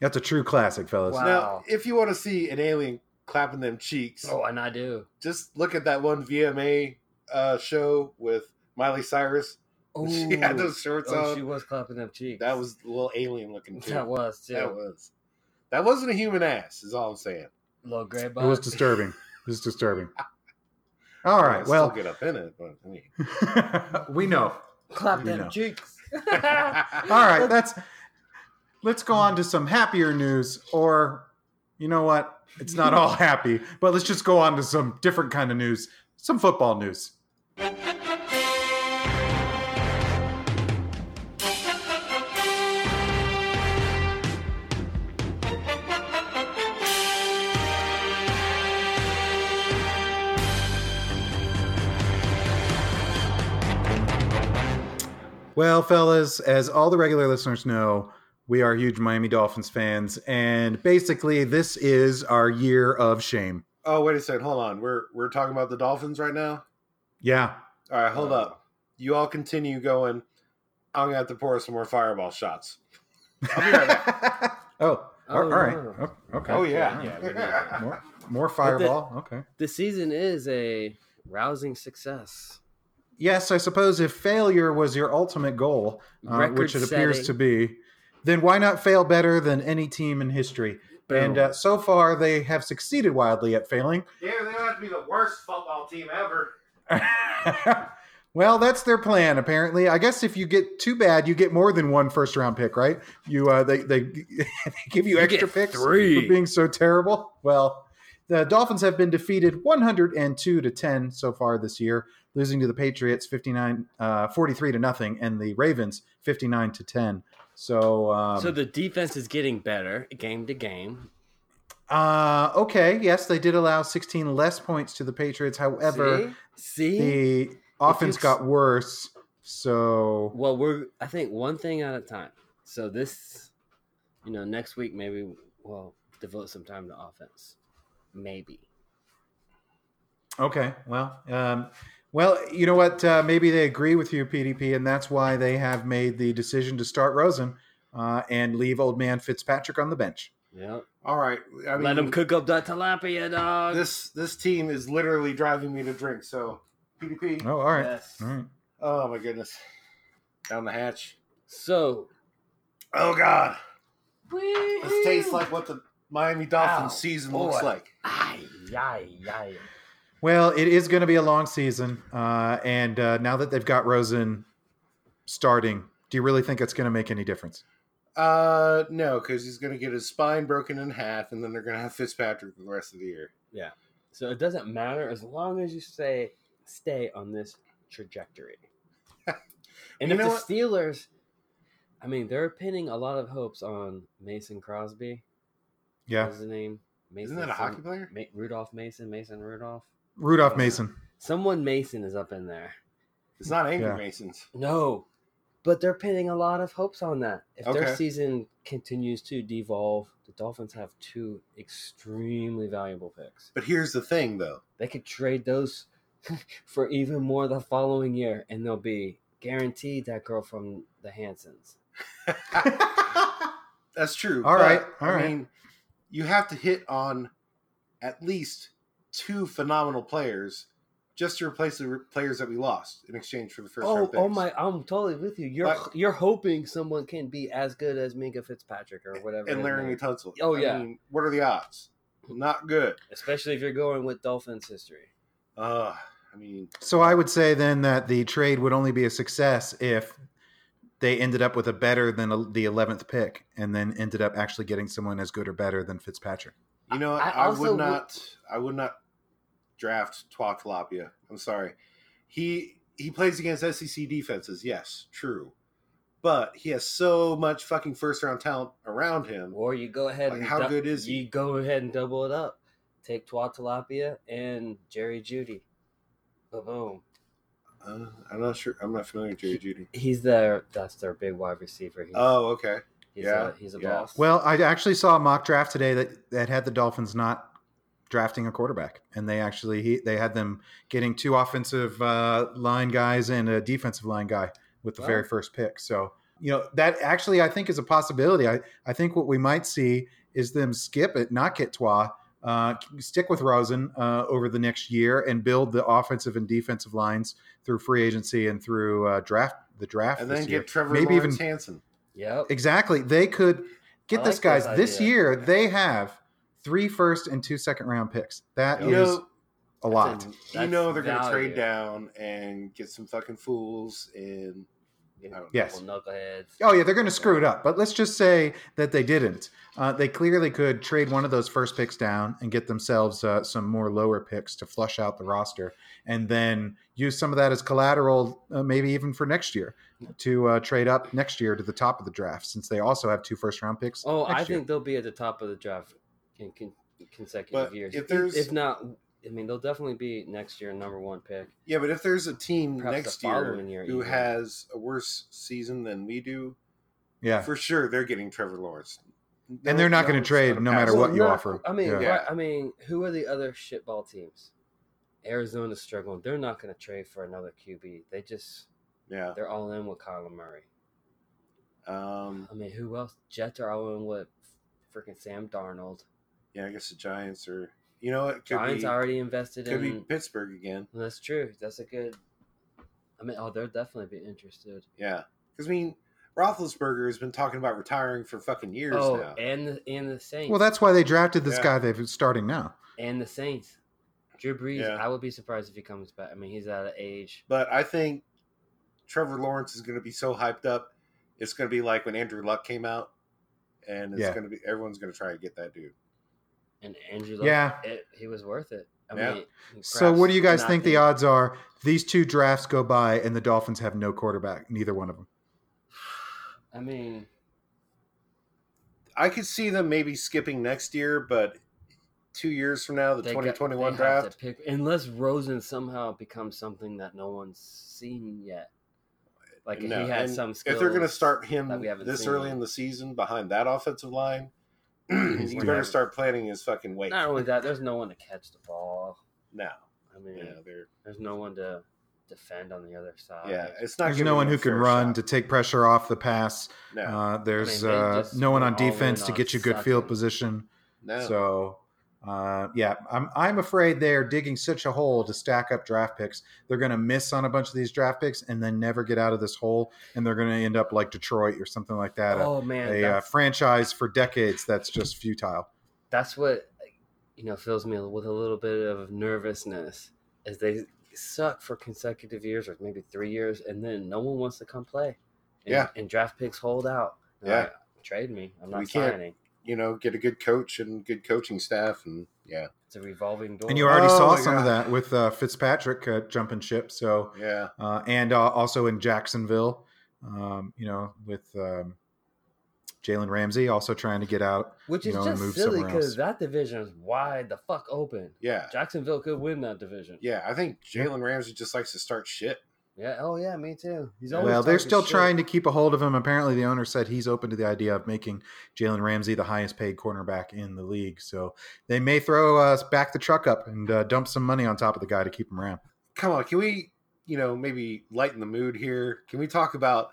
[SPEAKER 2] That's a true classic, fellas.
[SPEAKER 3] Wow.
[SPEAKER 1] Now, if you want to see an alien clapping them cheeks,
[SPEAKER 3] Oh, and I do.
[SPEAKER 1] just look at that one VMA uh, show with Miley Cyrus.
[SPEAKER 3] Oh,
[SPEAKER 1] She had those shorts
[SPEAKER 3] oh,
[SPEAKER 1] on.
[SPEAKER 3] She was clapping them cheeks.
[SPEAKER 1] That was a little alien looking too.
[SPEAKER 3] that was too.
[SPEAKER 1] That was. That wasn't a human ass, is all I'm saying.
[SPEAKER 3] little gray
[SPEAKER 2] It was
[SPEAKER 3] butt.
[SPEAKER 2] disturbing. It was disturbing. All
[SPEAKER 1] I'll
[SPEAKER 2] right.
[SPEAKER 1] still
[SPEAKER 2] Well,
[SPEAKER 1] get up in it, but I mean.
[SPEAKER 2] we know.
[SPEAKER 3] Clap
[SPEAKER 2] you
[SPEAKER 3] them
[SPEAKER 2] know.
[SPEAKER 3] cheeks.
[SPEAKER 2] All right. That's. Let's go on to some happier news, or you know what? It's not all happy, but let's just go on to some different kind of news, some football news. Well, fellas, as all the regular listeners know, we are huge Miami Dolphins fans, and basically, this is our year of shame.
[SPEAKER 1] oh, wait a second. Hold on. We're we're talking about the Dolphins right now.
[SPEAKER 2] Yeah,
[SPEAKER 1] All right,
[SPEAKER 3] Uh.
[SPEAKER 1] hold up. You all continue going. I'm gonna have to pour some more fireball shots.
[SPEAKER 2] oh,
[SPEAKER 3] Oh,
[SPEAKER 2] all right.
[SPEAKER 3] no.
[SPEAKER 2] Oh, okay.
[SPEAKER 1] Oh yeah,
[SPEAKER 3] Yeah,
[SPEAKER 2] More, more fireball. okay.
[SPEAKER 3] The season is a rousing success.
[SPEAKER 2] Yes, I suppose if failure was your ultimate goal, uh, which it appears to
[SPEAKER 3] Record-setting.
[SPEAKER 2] be, then why not fail better than any team in history? And uh, so far, they have succeeded wildly at failing.
[SPEAKER 1] yeah, they don't have to be the worst football team ever.
[SPEAKER 2] well, that's their plan, apparently. I guess if you get too bad, you get more than one first round pick, right? You uh, they, they they give you, extra
[SPEAKER 3] get
[SPEAKER 2] picks
[SPEAKER 3] three.
[SPEAKER 2] for being so terrible. Well, the Dolphins have been defeated 102 to 10 so far this year, losing to the Patriots 59 uh, 43 to nothing and the Ravens 59 to 10. So, um,
[SPEAKER 3] so the defense is getting better game to game.
[SPEAKER 2] uh, okay, yes, they did allow 16 less points to the Patriots. However,
[SPEAKER 3] See? See?
[SPEAKER 2] the offense
[SPEAKER 3] it's-
[SPEAKER 2] got worse. So
[SPEAKER 3] Well, we're I think one thing at a time. So this, you know, next week maybe we'll devote some time to offense. Maybe.
[SPEAKER 2] okay, well, um, well, you know what? Uh, maybe they agree with you, PDP, and that's why they have made the decision to start Rosen uh, and leave old man Fitzpatrick on the bench.
[SPEAKER 3] Yep.
[SPEAKER 1] All right, I mean,
[SPEAKER 3] Let him cook up that tilapia, dog.
[SPEAKER 1] This this team is literally driving me to drink. So PDP.
[SPEAKER 2] Oh, all right,
[SPEAKER 3] Yes.
[SPEAKER 2] all right.
[SPEAKER 1] Oh my goodness, down the hatch.
[SPEAKER 3] So
[SPEAKER 1] Oh god, this tastes like what the Miami Dolphins
[SPEAKER 3] Ow,
[SPEAKER 1] season
[SPEAKER 3] boy.
[SPEAKER 1] looks like.
[SPEAKER 3] Ay, ay, ay.
[SPEAKER 2] Well, it is going to be a long season, uh, and uh, now that they've got Rosen starting, do you really think it's going to make any difference?
[SPEAKER 1] Uh, no, because he's gonna get his spine broken in half, and then they're gonna have Fitzpatrick for the rest of the year.
[SPEAKER 3] So it doesn't matter as long as you say stay on this trajectory. and
[SPEAKER 1] You
[SPEAKER 3] if the
[SPEAKER 1] know what?
[SPEAKER 3] Steelers, I mean, they're pinning a lot of hopes on Mason Crosby.
[SPEAKER 2] Yeah,
[SPEAKER 3] What's his name?
[SPEAKER 1] Isn't
[SPEAKER 3] Mason,
[SPEAKER 1] that a
[SPEAKER 3] some-
[SPEAKER 1] hockey player?
[SPEAKER 3] Ma- Rudolph Mason, Mason Rudolph.
[SPEAKER 2] Rudolph Mason.
[SPEAKER 3] Someone Mason is up in there.
[SPEAKER 1] It's not Angry
[SPEAKER 2] Yeah.
[SPEAKER 1] Masons.
[SPEAKER 3] No, but they're pinning a lot of hopes on that. If
[SPEAKER 1] Okay.
[SPEAKER 3] their season continues to devolve, the Dolphins have two extremely valuable picks.
[SPEAKER 1] But here's the thing, though.
[SPEAKER 3] They could trade those for even more the following year, and they'll be guaranteed that girl from the Hansons.
[SPEAKER 1] That's true.
[SPEAKER 2] All
[SPEAKER 1] but,
[SPEAKER 2] right, all
[SPEAKER 1] I
[SPEAKER 2] right.
[SPEAKER 1] mean, you have to hit on at least two phenomenal players just to replace the re- players that we lost in exchange for the first round
[SPEAKER 3] Oh,
[SPEAKER 1] picks.
[SPEAKER 3] oh my! I'm totally with you. You're
[SPEAKER 1] But-
[SPEAKER 3] you're hoping someone can be as good as Minka Fitzpatrick or whatever,
[SPEAKER 1] and
[SPEAKER 3] his
[SPEAKER 1] Larry
[SPEAKER 3] name-
[SPEAKER 1] Tunsil.
[SPEAKER 3] Oh, yeah.
[SPEAKER 1] mean, what are the odds? Not good.
[SPEAKER 3] Especially if you're going with Dolphins history.
[SPEAKER 1] Uh, I mean,
[SPEAKER 2] So I would say then that the trade would only be a success if they ended up with a better than a, the 11th pick and then ended up actually getting someone as good or better than Fitzpatrick.
[SPEAKER 1] you know,
[SPEAKER 3] I-
[SPEAKER 1] I,
[SPEAKER 3] I also
[SPEAKER 1] would
[SPEAKER 3] would-
[SPEAKER 1] not. I would not draft Twaflapia. I'm sorry. He he plays against SEC defenses. Yes, true, but he has so much fucking first round talent around him.
[SPEAKER 3] Or you go ahead
[SPEAKER 1] Like,
[SPEAKER 3] and
[SPEAKER 1] how good is he?
[SPEAKER 3] you go ahead and double it up. Take Twa Tilapia and Jerry Judy. Boom.
[SPEAKER 1] Uh, I'm not sure. I'm not familiar with Jerry Judy.
[SPEAKER 3] He's their that's their big wide receiver. He's,
[SPEAKER 1] Oh, okay.
[SPEAKER 3] he's
[SPEAKER 1] yeah,
[SPEAKER 3] a, he's a
[SPEAKER 1] yeah.
[SPEAKER 3] boss.
[SPEAKER 2] Well, I actually saw a mock draft today that, that had the Dolphins not drafting a quarterback, and they actually he, they had them getting two offensive uh, line guys and a defensive line guy with the very
[SPEAKER 1] Oh.
[SPEAKER 3] Wow.
[SPEAKER 2] first pick. So you know that actually I think is a possibility. I I think what we might see is them skip it, not get Twa. Uh, stick with Rosen uh, over the next year and build the offensive and defensive lines through free agency and through uh, draft the draft.
[SPEAKER 1] And then
[SPEAKER 2] this
[SPEAKER 1] get
[SPEAKER 2] year.
[SPEAKER 1] Trevor
[SPEAKER 2] Maybe
[SPEAKER 1] Lawrence
[SPEAKER 2] even-
[SPEAKER 1] Hansen.
[SPEAKER 3] yep.
[SPEAKER 2] Exactly. They could get
[SPEAKER 3] I
[SPEAKER 2] this,
[SPEAKER 3] like
[SPEAKER 2] guys.
[SPEAKER 3] this
[SPEAKER 2] This
[SPEAKER 3] idea.
[SPEAKER 2] year, they have three first and two second round picks. That is
[SPEAKER 1] You know,
[SPEAKER 2] a lot.
[SPEAKER 1] you
[SPEAKER 3] That's
[SPEAKER 1] know they're going to
[SPEAKER 3] value.
[SPEAKER 1] trade down and get some fucking fools and I don't know.
[SPEAKER 2] Yes.
[SPEAKER 3] Little knuckleheads.
[SPEAKER 2] Oh yeah, they're going to screw it up. But let's just say that they didn't. Uh, they clearly could trade one of those first picks down and get themselves uh, some more lower picks to flush out the roster, and then use some of that as collateral, uh, maybe even for next year, to uh, trade up next year to the top of the draft, since they also have two first round picks.
[SPEAKER 3] Oh,
[SPEAKER 2] next
[SPEAKER 3] I
[SPEAKER 2] year.
[SPEAKER 3] think they'll be at the top of the draft in con- consecutive
[SPEAKER 1] But
[SPEAKER 3] years. E,
[SPEAKER 1] if there's-
[SPEAKER 3] if not, I mean, they'll definitely be next year number one pick.
[SPEAKER 1] Yeah, but if there's a team
[SPEAKER 3] Perhaps the
[SPEAKER 1] next year,
[SPEAKER 3] following year
[SPEAKER 1] who
[SPEAKER 3] even.
[SPEAKER 1] has a worse season than we do,
[SPEAKER 2] yeah.
[SPEAKER 1] for sure they're getting Trevor Lawrence.
[SPEAKER 2] And they're not
[SPEAKER 1] No,
[SPEAKER 2] gonna
[SPEAKER 1] it's
[SPEAKER 2] trade
[SPEAKER 1] a
[SPEAKER 2] no matter
[SPEAKER 1] pass.
[SPEAKER 2] what you
[SPEAKER 3] not-
[SPEAKER 2] offer.
[SPEAKER 3] I mean,
[SPEAKER 1] Yeah.
[SPEAKER 3] right, I mean, who are the other shitball teams? Arizona's struggling. They're not going to trade for another QB. They just
[SPEAKER 1] Yeah.
[SPEAKER 3] they're all in with Kyler Murray.
[SPEAKER 1] Um,
[SPEAKER 3] I mean, who else? Jets are all in with freaking Sam Darnold.
[SPEAKER 1] yeah, I guess the Giants are. You know what? Could
[SPEAKER 3] Giants
[SPEAKER 1] be,
[SPEAKER 3] already invested
[SPEAKER 1] could be
[SPEAKER 3] in.
[SPEAKER 1] Pittsburgh again.
[SPEAKER 3] That's true. That's a good. I mean, oh, they'll definitely be interested.
[SPEAKER 1] Yeah. Because, I mean, Roethlisberger has been talking about retiring for fucking years
[SPEAKER 3] oh,
[SPEAKER 1] now.
[SPEAKER 3] and the, and the Saints.
[SPEAKER 2] Well, that's why they drafted this
[SPEAKER 1] Yeah.
[SPEAKER 2] guy. They're starting now.
[SPEAKER 3] and the Saints. Drew Brees,
[SPEAKER 1] Yeah.
[SPEAKER 3] I would be surprised if he comes back. I mean, he's out of age.
[SPEAKER 1] But I think Trevor Lawrence is going to be so hyped up. It's going to be like when Andrew Luck came out, and it's
[SPEAKER 2] Yeah.
[SPEAKER 1] going to be everyone's going to try to get that dude.
[SPEAKER 3] And Andrew, Luck,
[SPEAKER 2] Yeah.
[SPEAKER 3] it, he was worth it. I
[SPEAKER 1] Yeah.
[SPEAKER 3] mean,
[SPEAKER 2] So, what do you guys
[SPEAKER 3] perhaps
[SPEAKER 2] think the
[SPEAKER 3] not
[SPEAKER 2] odds are? These two drafts go by, and the Dolphins have no quarterback. Neither one of them.
[SPEAKER 3] I mean,
[SPEAKER 1] I could see them maybe skipping next year, but two years from now, the
[SPEAKER 3] they got-
[SPEAKER 1] twenty twenty one
[SPEAKER 3] they have to
[SPEAKER 1] draft.
[SPEAKER 3] pick, unless Rosen somehow becomes something that no one's seen yet. Like if
[SPEAKER 1] no.
[SPEAKER 3] he had
[SPEAKER 1] And
[SPEAKER 3] some
[SPEAKER 1] if they're going to
[SPEAKER 3] skills
[SPEAKER 1] start him
[SPEAKER 3] that we haven't
[SPEAKER 1] this
[SPEAKER 3] seen.
[SPEAKER 1] early in the season behind that offensive line,
[SPEAKER 3] He's
[SPEAKER 1] you
[SPEAKER 3] gonna
[SPEAKER 1] better
[SPEAKER 3] have-
[SPEAKER 1] start planning his fucking weight
[SPEAKER 3] Not only that, there's no one to catch the ball.
[SPEAKER 1] now.
[SPEAKER 3] I mean,
[SPEAKER 1] Yeah, they're,
[SPEAKER 3] there's no one to defend on the other side.
[SPEAKER 1] yeah, it's not.
[SPEAKER 2] There's
[SPEAKER 1] giving
[SPEAKER 2] no one
[SPEAKER 1] them
[SPEAKER 2] who
[SPEAKER 1] a
[SPEAKER 2] can
[SPEAKER 1] fair
[SPEAKER 2] run
[SPEAKER 1] shot.
[SPEAKER 2] to take pressure off the pass.
[SPEAKER 1] no,
[SPEAKER 2] Uh, there's
[SPEAKER 3] I mean, they
[SPEAKER 2] uh,
[SPEAKER 3] just
[SPEAKER 2] no one on
[SPEAKER 3] went all in
[SPEAKER 2] defense to
[SPEAKER 3] on
[SPEAKER 2] get you good field
[SPEAKER 3] Sutton.
[SPEAKER 2] position.
[SPEAKER 1] no.
[SPEAKER 2] So, uh, yeah, I'm I'm afraid they're digging such a hole to stack up draft picks. They're going to miss on a bunch of these draft picks and then never get out of this hole, and they're going to end up like Detroit or something like that. a-
[SPEAKER 3] Oh man,
[SPEAKER 2] a uh,
[SPEAKER 3] that's-
[SPEAKER 2] franchise for decades that's just futile.
[SPEAKER 3] that's what you know fills me with a little bit of nervousness is they suck for consecutive years or maybe three years and then no one wants to come play and,
[SPEAKER 1] Yeah.
[SPEAKER 3] and draft picks hold out They're
[SPEAKER 1] Yeah.
[SPEAKER 3] like, trade me i'm not
[SPEAKER 1] We can't.
[SPEAKER 3] signing
[SPEAKER 1] you know, get a good coach and good coaching staff, and yeah,
[SPEAKER 3] it's a revolving door
[SPEAKER 2] And you already
[SPEAKER 1] Oh
[SPEAKER 2] saw
[SPEAKER 1] my
[SPEAKER 2] some of
[SPEAKER 1] God.
[SPEAKER 2] that with uh, Fitzpatrick uh, jumping ship. So,
[SPEAKER 1] yeah.
[SPEAKER 2] uh, and uh, also in Jacksonville, um, you know, with um, Jalen Ramsey also trying to get out.
[SPEAKER 3] which
[SPEAKER 2] you
[SPEAKER 3] is
[SPEAKER 2] know, and move
[SPEAKER 3] just silly
[SPEAKER 2] somewhere else.
[SPEAKER 3] because that division is wide the fuck open
[SPEAKER 1] Yeah.
[SPEAKER 3] jacksonville could win that division
[SPEAKER 1] Yeah. I think Jalen Ramsey just likes to start shit.
[SPEAKER 3] yeah oh yeah me too he's always
[SPEAKER 2] Well, they're
[SPEAKER 3] talking
[SPEAKER 2] still
[SPEAKER 3] shit.
[SPEAKER 2] trying to keep a hold of him. Apparently, the owner said he's open to the idea of making Jalen Ramsey the highest paid cornerback in the league. So they may throw us back the truck up and uh, dump some money on top of the guy to keep him around.
[SPEAKER 1] Come on. Can we, you know, maybe lighten the mood here? Can we talk about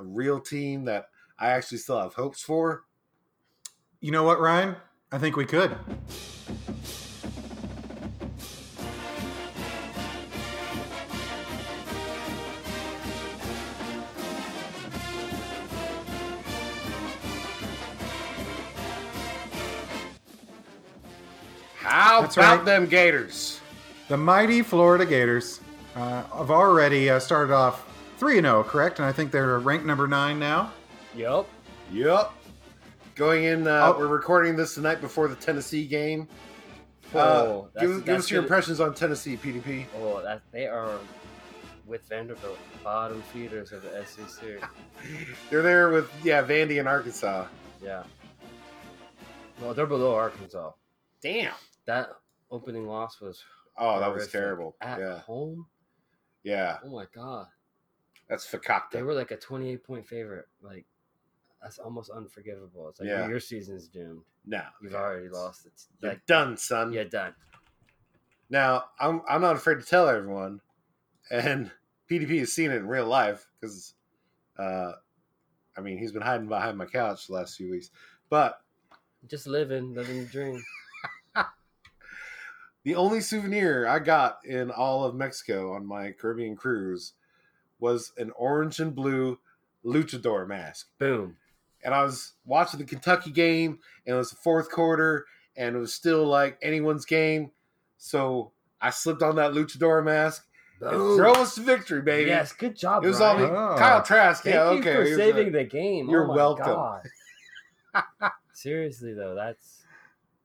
[SPEAKER 1] a real team that I actually still have hopes for?
[SPEAKER 2] You know what, Ryan? I think we could.
[SPEAKER 1] How
[SPEAKER 2] That's
[SPEAKER 1] about
[SPEAKER 2] right.
[SPEAKER 1] them Gators?
[SPEAKER 2] The mighty Florida Gators uh, have already uh, started off 3 0, correct? And I think they're ranked number nine now.
[SPEAKER 3] Yep.
[SPEAKER 1] Yep. Going in, uh,
[SPEAKER 2] Oh.
[SPEAKER 1] we're recording this the night before the Tennessee game. Uh,
[SPEAKER 3] Oh, that's-
[SPEAKER 1] give give
[SPEAKER 3] that's
[SPEAKER 1] us your
[SPEAKER 3] good.
[SPEAKER 1] impressions on Tennessee, PDP.
[SPEAKER 3] Oh, that they are with Vanderbilt bottom feeders of the E SEC.
[SPEAKER 1] They're there with yeah, Vandy and Arkansas.
[SPEAKER 3] yeah. Well, they're below Arkansas.
[SPEAKER 1] Damn.
[SPEAKER 3] That opening loss was
[SPEAKER 1] Oh, that was
[SPEAKER 3] horrific. Uh,
[SPEAKER 1] terrible.
[SPEAKER 3] At
[SPEAKER 1] Yeah,
[SPEAKER 3] home,
[SPEAKER 1] yeah,
[SPEAKER 3] oh my god,
[SPEAKER 1] that's
[SPEAKER 3] they
[SPEAKER 1] Fakakta.
[SPEAKER 3] were like a twenty-eight point favorite. Like that's almost unforgivable. It's like
[SPEAKER 1] Yeah.
[SPEAKER 3] your season's doomed.
[SPEAKER 1] Now
[SPEAKER 3] You've already lost it.
[SPEAKER 1] You're
[SPEAKER 3] Like
[SPEAKER 1] done, son.
[SPEAKER 3] you're done.
[SPEAKER 1] Now I'm I'm not afraid to tell everyone, and PDP has seen it in real life because, uh, I mean he's been hiding behind my couch the last few weeks. But
[SPEAKER 3] Just living, living the dream.
[SPEAKER 1] the only souvenir I got in all of Mexico on my Caribbean cruise was an orange and blue luchador mask.
[SPEAKER 3] Boom.
[SPEAKER 1] and I was watching the Kentucky game, and it was the fourth quarter, and it was still like anyone's game. So I slipped on that luchador mask and
[SPEAKER 3] Boom.
[SPEAKER 1] drove us to victory, baby.
[SPEAKER 3] Yes, good job.
[SPEAKER 1] it was all
[SPEAKER 3] Ryan.
[SPEAKER 1] me.
[SPEAKER 2] Oh.
[SPEAKER 1] Kyle Trask.
[SPEAKER 3] Thank
[SPEAKER 1] yeah,
[SPEAKER 3] you
[SPEAKER 1] okay.
[SPEAKER 3] for
[SPEAKER 1] He was, uh,
[SPEAKER 3] saving the game.
[SPEAKER 1] You're
[SPEAKER 3] Oh my
[SPEAKER 1] welcome.
[SPEAKER 3] God. Seriously though, that's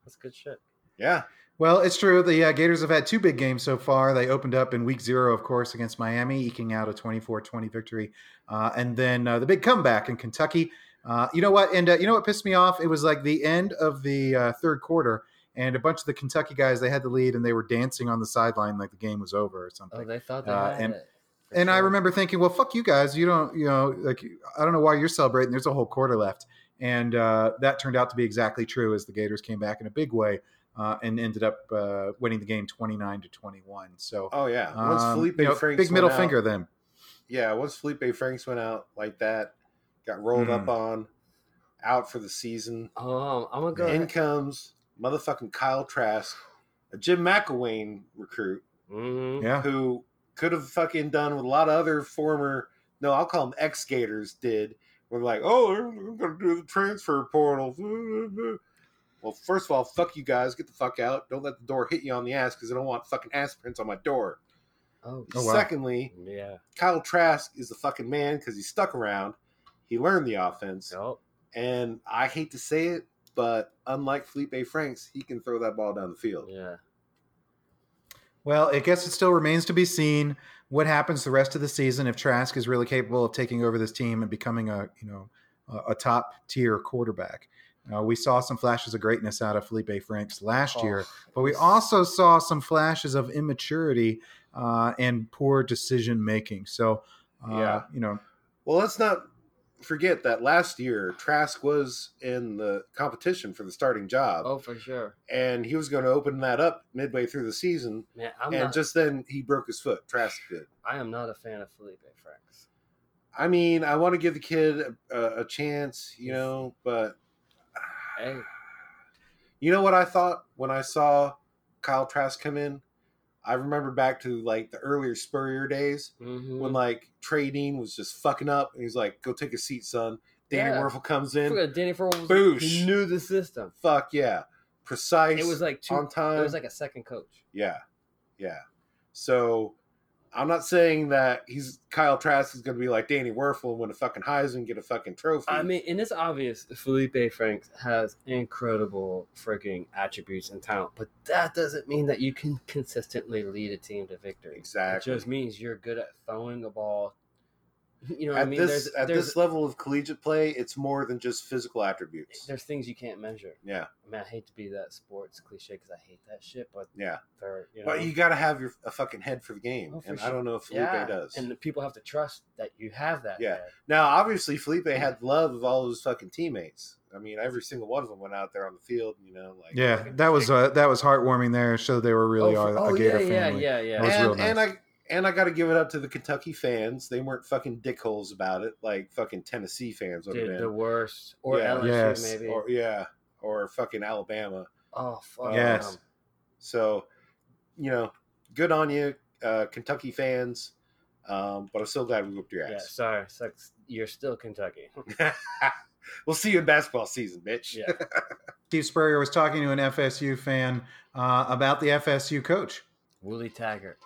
[SPEAKER 3] that's good shit.
[SPEAKER 1] yeah,
[SPEAKER 2] Well, it's true. The uh, Gators have had two big games so far. They opened up in week zero, of course, against Miami, eking out a 24 20 victory. Uh, and then uh, the big comeback in Kentucky. Uh, you know what? And uh, you know what pissed me off? It was like the end of the uh, third quarter, and a bunch of the Kentucky guys, they had the lead and they were dancing on the sideline like the game was over or something.
[SPEAKER 3] Oh, they thought they
[SPEAKER 2] Uh,
[SPEAKER 3] had
[SPEAKER 2] and-
[SPEAKER 3] it. for
[SPEAKER 2] and I
[SPEAKER 3] sure.
[SPEAKER 2] remember thinking, well, fuck you guys. You don't, you know, like, I don't know why you're celebrating. There's a whole quarter left. And uh, that turned out to be exactly true as the Gators came back in a big way uh, and ended up uh, winning the game 29 to 21. So,
[SPEAKER 1] oh yeah. Once
[SPEAKER 2] um,
[SPEAKER 1] Felipe
[SPEAKER 2] you know,
[SPEAKER 1] Franks
[SPEAKER 2] big middle
[SPEAKER 1] went out-
[SPEAKER 2] finger then.
[SPEAKER 1] Yeah, once Felipe Franks went out like that, got rolled up
[SPEAKER 2] Hmm.
[SPEAKER 1] on, out for the season.
[SPEAKER 3] Um, I'm gonna go.
[SPEAKER 1] In comes motherfucking Kyle Trask, a Jim McElwain recruit.
[SPEAKER 3] Mhm.
[SPEAKER 2] Yeah.
[SPEAKER 1] who could have fucking done what a lot of other former, no, I'll call them ex skaters did. Were like, oh, I'm going to do the transfer portal. Well, first of all, fuck you guys. Get the fuck out. Don't let the door hit you on the ass because I don't want fucking ass prints on my door.
[SPEAKER 3] Oh,
[SPEAKER 2] Oh, wow.
[SPEAKER 1] Secondly,
[SPEAKER 3] yeah.
[SPEAKER 1] Kyle Trask is the fucking man because he stuck around. He learned the offense.
[SPEAKER 3] Nope.
[SPEAKER 1] And I hate to say it, but unlike Felipe Franks, he can throw that ball down the field.
[SPEAKER 3] Yeah.
[SPEAKER 2] Well, I guess it still remains to be seen what happens the rest of the season if Trask is really capable of taking over this team and becoming a you know a, a top tier quarterback. Uh, we saw some flashes of greatness out of Felipe Franks last
[SPEAKER 1] Oh,
[SPEAKER 2] year,
[SPEAKER 3] Oh,
[SPEAKER 2] but we also saw some flashes of immaturity uh, and poor decision making. So, uh,
[SPEAKER 1] Yeah.
[SPEAKER 2] you know,
[SPEAKER 1] Well, let's not forget that last year Trask was in the competition for the starting job,
[SPEAKER 3] Oh, for sure.
[SPEAKER 1] and he was going to open that up midway through the season,
[SPEAKER 3] Man, I'm
[SPEAKER 1] and
[SPEAKER 3] not.
[SPEAKER 1] just then he broke his foot. Trask did.
[SPEAKER 3] I am not a fan of Felipe Franks.
[SPEAKER 1] I mean, I want to give the kid a, a, a chance, you know, but
[SPEAKER 3] Hey,
[SPEAKER 1] you know what I thought when I saw Kyle Trask come in. I remember back to like the earlier Spurrier days
[SPEAKER 3] mhm.
[SPEAKER 1] when like Trey Dean was just fucking up, and he's like, "Go take a seat, son." Danny
[SPEAKER 3] Yeah.
[SPEAKER 1] Werfel comes in.
[SPEAKER 3] Forgot Danny Ford was
[SPEAKER 1] Boosh.
[SPEAKER 3] he knew the system.
[SPEAKER 1] Fuck yeah, precise.
[SPEAKER 3] It was like two.
[SPEAKER 1] on time.
[SPEAKER 3] It was like a second coach.
[SPEAKER 1] Yeah. Yeah. So I'm not saying that he's Kyle Trask is going to be like Danny Werfel and win a fucking Heisman, get a fucking trophy.
[SPEAKER 3] I mean, and it's obvious Felipe Franks has incredible freaking attributes and talent, but that doesn't mean that you can consistently lead a team to victory.
[SPEAKER 1] Exactly.
[SPEAKER 3] It just means you're good at throwing the ball. You know what
[SPEAKER 1] at
[SPEAKER 3] I mean?
[SPEAKER 1] this
[SPEAKER 3] there's
[SPEAKER 1] at
[SPEAKER 3] there's,
[SPEAKER 1] this level of collegiate play, it's more than just physical attributes.
[SPEAKER 3] there's things you can't measure.
[SPEAKER 1] Yeah.
[SPEAKER 3] I mean, I hate to be that sports cliche because I hate that shit, but
[SPEAKER 1] Yeah.
[SPEAKER 3] they're, you know,
[SPEAKER 1] But you got to have your a fucking head for the game,
[SPEAKER 3] Oh, for
[SPEAKER 1] and I
[SPEAKER 3] sure.
[SPEAKER 1] don't know if Felipe
[SPEAKER 3] yeah,
[SPEAKER 1] does.
[SPEAKER 3] and the people have to trust that you have that.
[SPEAKER 1] Yeah.
[SPEAKER 3] there.
[SPEAKER 1] now, obviously, Felipe had love of all of his fucking teammates. I mean, every single one of them went out there on the field, you know, like
[SPEAKER 2] yeah, that was uh, that was heartwarming there. Showed they were really
[SPEAKER 3] oh,
[SPEAKER 2] are
[SPEAKER 3] for-
[SPEAKER 2] a
[SPEAKER 3] oh,
[SPEAKER 2] Gator
[SPEAKER 3] yeah,
[SPEAKER 2] family.
[SPEAKER 3] yeah, yeah,
[SPEAKER 2] That was
[SPEAKER 3] yeah.
[SPEAKER 1] and,
[SPEAKER 2] real
[SPEAKER 1] and I and I got to give it up to the Kentucky fans. They weren't fucking dickholes about it, like fucking Tennessee fans would have
[SPEAKER 3] Dude,
[SPEAKER 1] been.
[SPEAKER 3] the worst, or
[SPEAKER 1] Yeah.
[SPEAKER 3] LSU
[SPEAKER 2] Yes.
[SPEAKER 3] maybe.
[SPEAKER 1] or yeah, or fucking Alabama.
[SPEAKER 3] oh fuck.
[SPEAKER 2] Yes.
[SPEAKER 3] um,
[SPEAKER 1] So, you know, good on you, uh, Kentucky fans. Um, but I'm still glad we whooped your
[SPEAKER 3] Yeah,
[SPEAKER 1] ass.
[SPEAKER 3] sorry, sucks. You're still Kentucky.
[SPEAKER 1] We'll see you in basketball season, bitch.
[SPEAKER 3] Yeah.
[SPEAKER 2] Steve Spurrier was talking to an FSU fan uh, about the FSU coach.
[SPEAKER 3] Willie Taggart.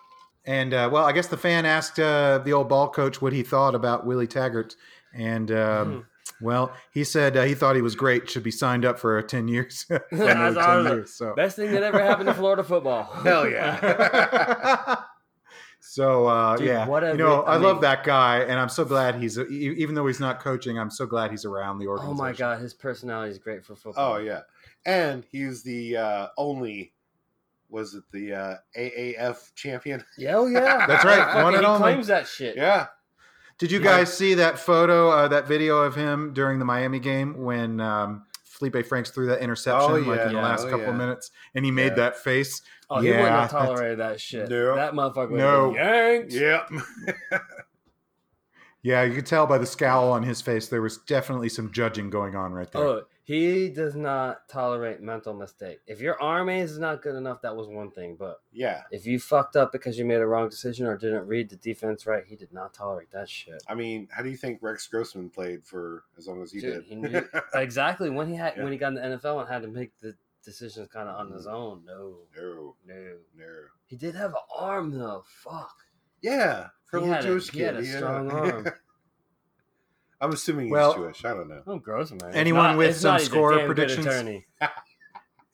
[SPEAKER 2] And uh, well, I guess the fan asked uh, the old ball coach what he thought about Willie Taggart, and
[SPEAKER 3] Mm-hmm.
[SPEAKER 2] um, well, he said uh, he thought he was great. Should be signed up for uh, ten years. for another
[SPEAKER 3] Hmm. That's
[SPEAKER 2] 10
[SPEAKER 3] awesome.
[SPEAKER 2] years, so.
[SPEAKER 3] Best thing that ever happened to Florida football.
[SPEAKER 1] Hell yeah.
[SPEAKER 2] so uh,
[SPEAKER 3] Dude,
[SPEAKER 2] yeah,
[SPEAKER 3] what a
[SPEAKER 2] you know,
[SPEAKER 3] re-
[SPEAKER 2] I,
[SPEAKER 3] I
[SPEAKER 2] love
[SPEAKER 3] mean-
[SPEAKER 2] that guy, and I'm so glad he's e- even though he's not coaching, I'm so glad he's around the
[SPEAKER 3] oh
[SPEAKER 2] organization.
[SPEAKER 3] my god, his personality is great for
[SPEAKER 1] oh
[SPEAKER 3] football.
[SPEAKER 1] yeah. And he's the uh, only was it the uh, AAF champion?
[SPEAKER 3] Yeah, oh yeah.
[SPEAKER 2] That's right,
[SPEAKER 3] Fucking,
[SPEAKER 2] one and
[SPEAKER 3] he
[SPEAKER 2] only.
[SPEAKER 3] claims that shit.
[SPEAKER 1] Yeah.
[SPEAKER 2] Did you
[SPEAKER 3] Yeah.
[SPEAKER 2] guys see that photo, uh, that video of him during the Miami game when um, Felipe Franks threw that interception,
[SPEAKER 1] Oh,
[SPEAKER 2] like
[SPEAKER 1] yeah.
[SPEAKER 2] in the
[SPEAKER 3] Yeah.
[SPEAKER 2] last
[SPEAKER 1] Oh,
[SPEAKER 2] couple of
[SPEAKER 1] yeah.
[SPEAKER 2] minutes, and he made
[SPEAKER 1] Yeah.
[SPEAKER 2] that face?
[SPEAKER 3] Oh, he wouldn't
[SPEAKER 2] Yeah,
[SPEAKER 3] have
[SPEAKER 2] that's-
[SPEAKER 3] tolerated that shit.
[SPEAKER 1] Nope.
[SPEAKER 3] That motherfucker would
[SPEAKER 2] No.
[SPEAKER 3] have been yanked.
[SPEAKER 1] Yep.
[SPEAKER 2] Yeah, you could tell by the scowl on his face there was definitely some judging going on right there.
[SPEAKER 3] Oh, he does not tolerate mental mistake. If your arm is not good enough, that was one thing. But
[SPEAKER 1] Yeah.
[SPEAKER 3] if you fucked up because you made a wrong decision or didn't read the defense right, he did not tolerate that shit.
[SPEAKER 1] I mean, how do you think Rex Grossman played for as long as he
[SPEAKER 3] Dude,
[SPEAKER 1] did?
[SPEAKER 3] he knew exactly when he had
[SPEAKER 1] Yeah.
[SPEAKER 3] when he got in the NFL and had to make the decisions kind of on his own. No,
[SPEAKER 1] no,
[SPEAKER 3] no.
[SPEAKER 1] no.
[SPEAKER 3] He did have an arm though. Fuck.
[SPEAKER 1] Yeah. For
[SPEAKER 3] He
[SPEAKER 1] a little
[SPEAKER 3] had a-
[SPEAKER 1] Jewish
[SPEAKER 3] he
[SPEAKER 1] kid.
[SPEAKER 3] had a
[SPEAKER 1] yeah.
[SPEAKER 3] strong arm.
[SPEAKER 1] I'm assuming he's
[SPEAKER 2] Well-
[SPEAKER 1] Jewish. I don't know.
[SPEAKER 3] Oh, gross, man. It's
[SPEAKER 2] Anyone with
[SPEAKER 3] it's
[SPEAKER 2] some
[SPEAKER 3] he's a
[SPEAKER 2] score
[SPEAKER 3] damn good
[SPEAKER 2] predictions?
[SPEAKER 3] attorney.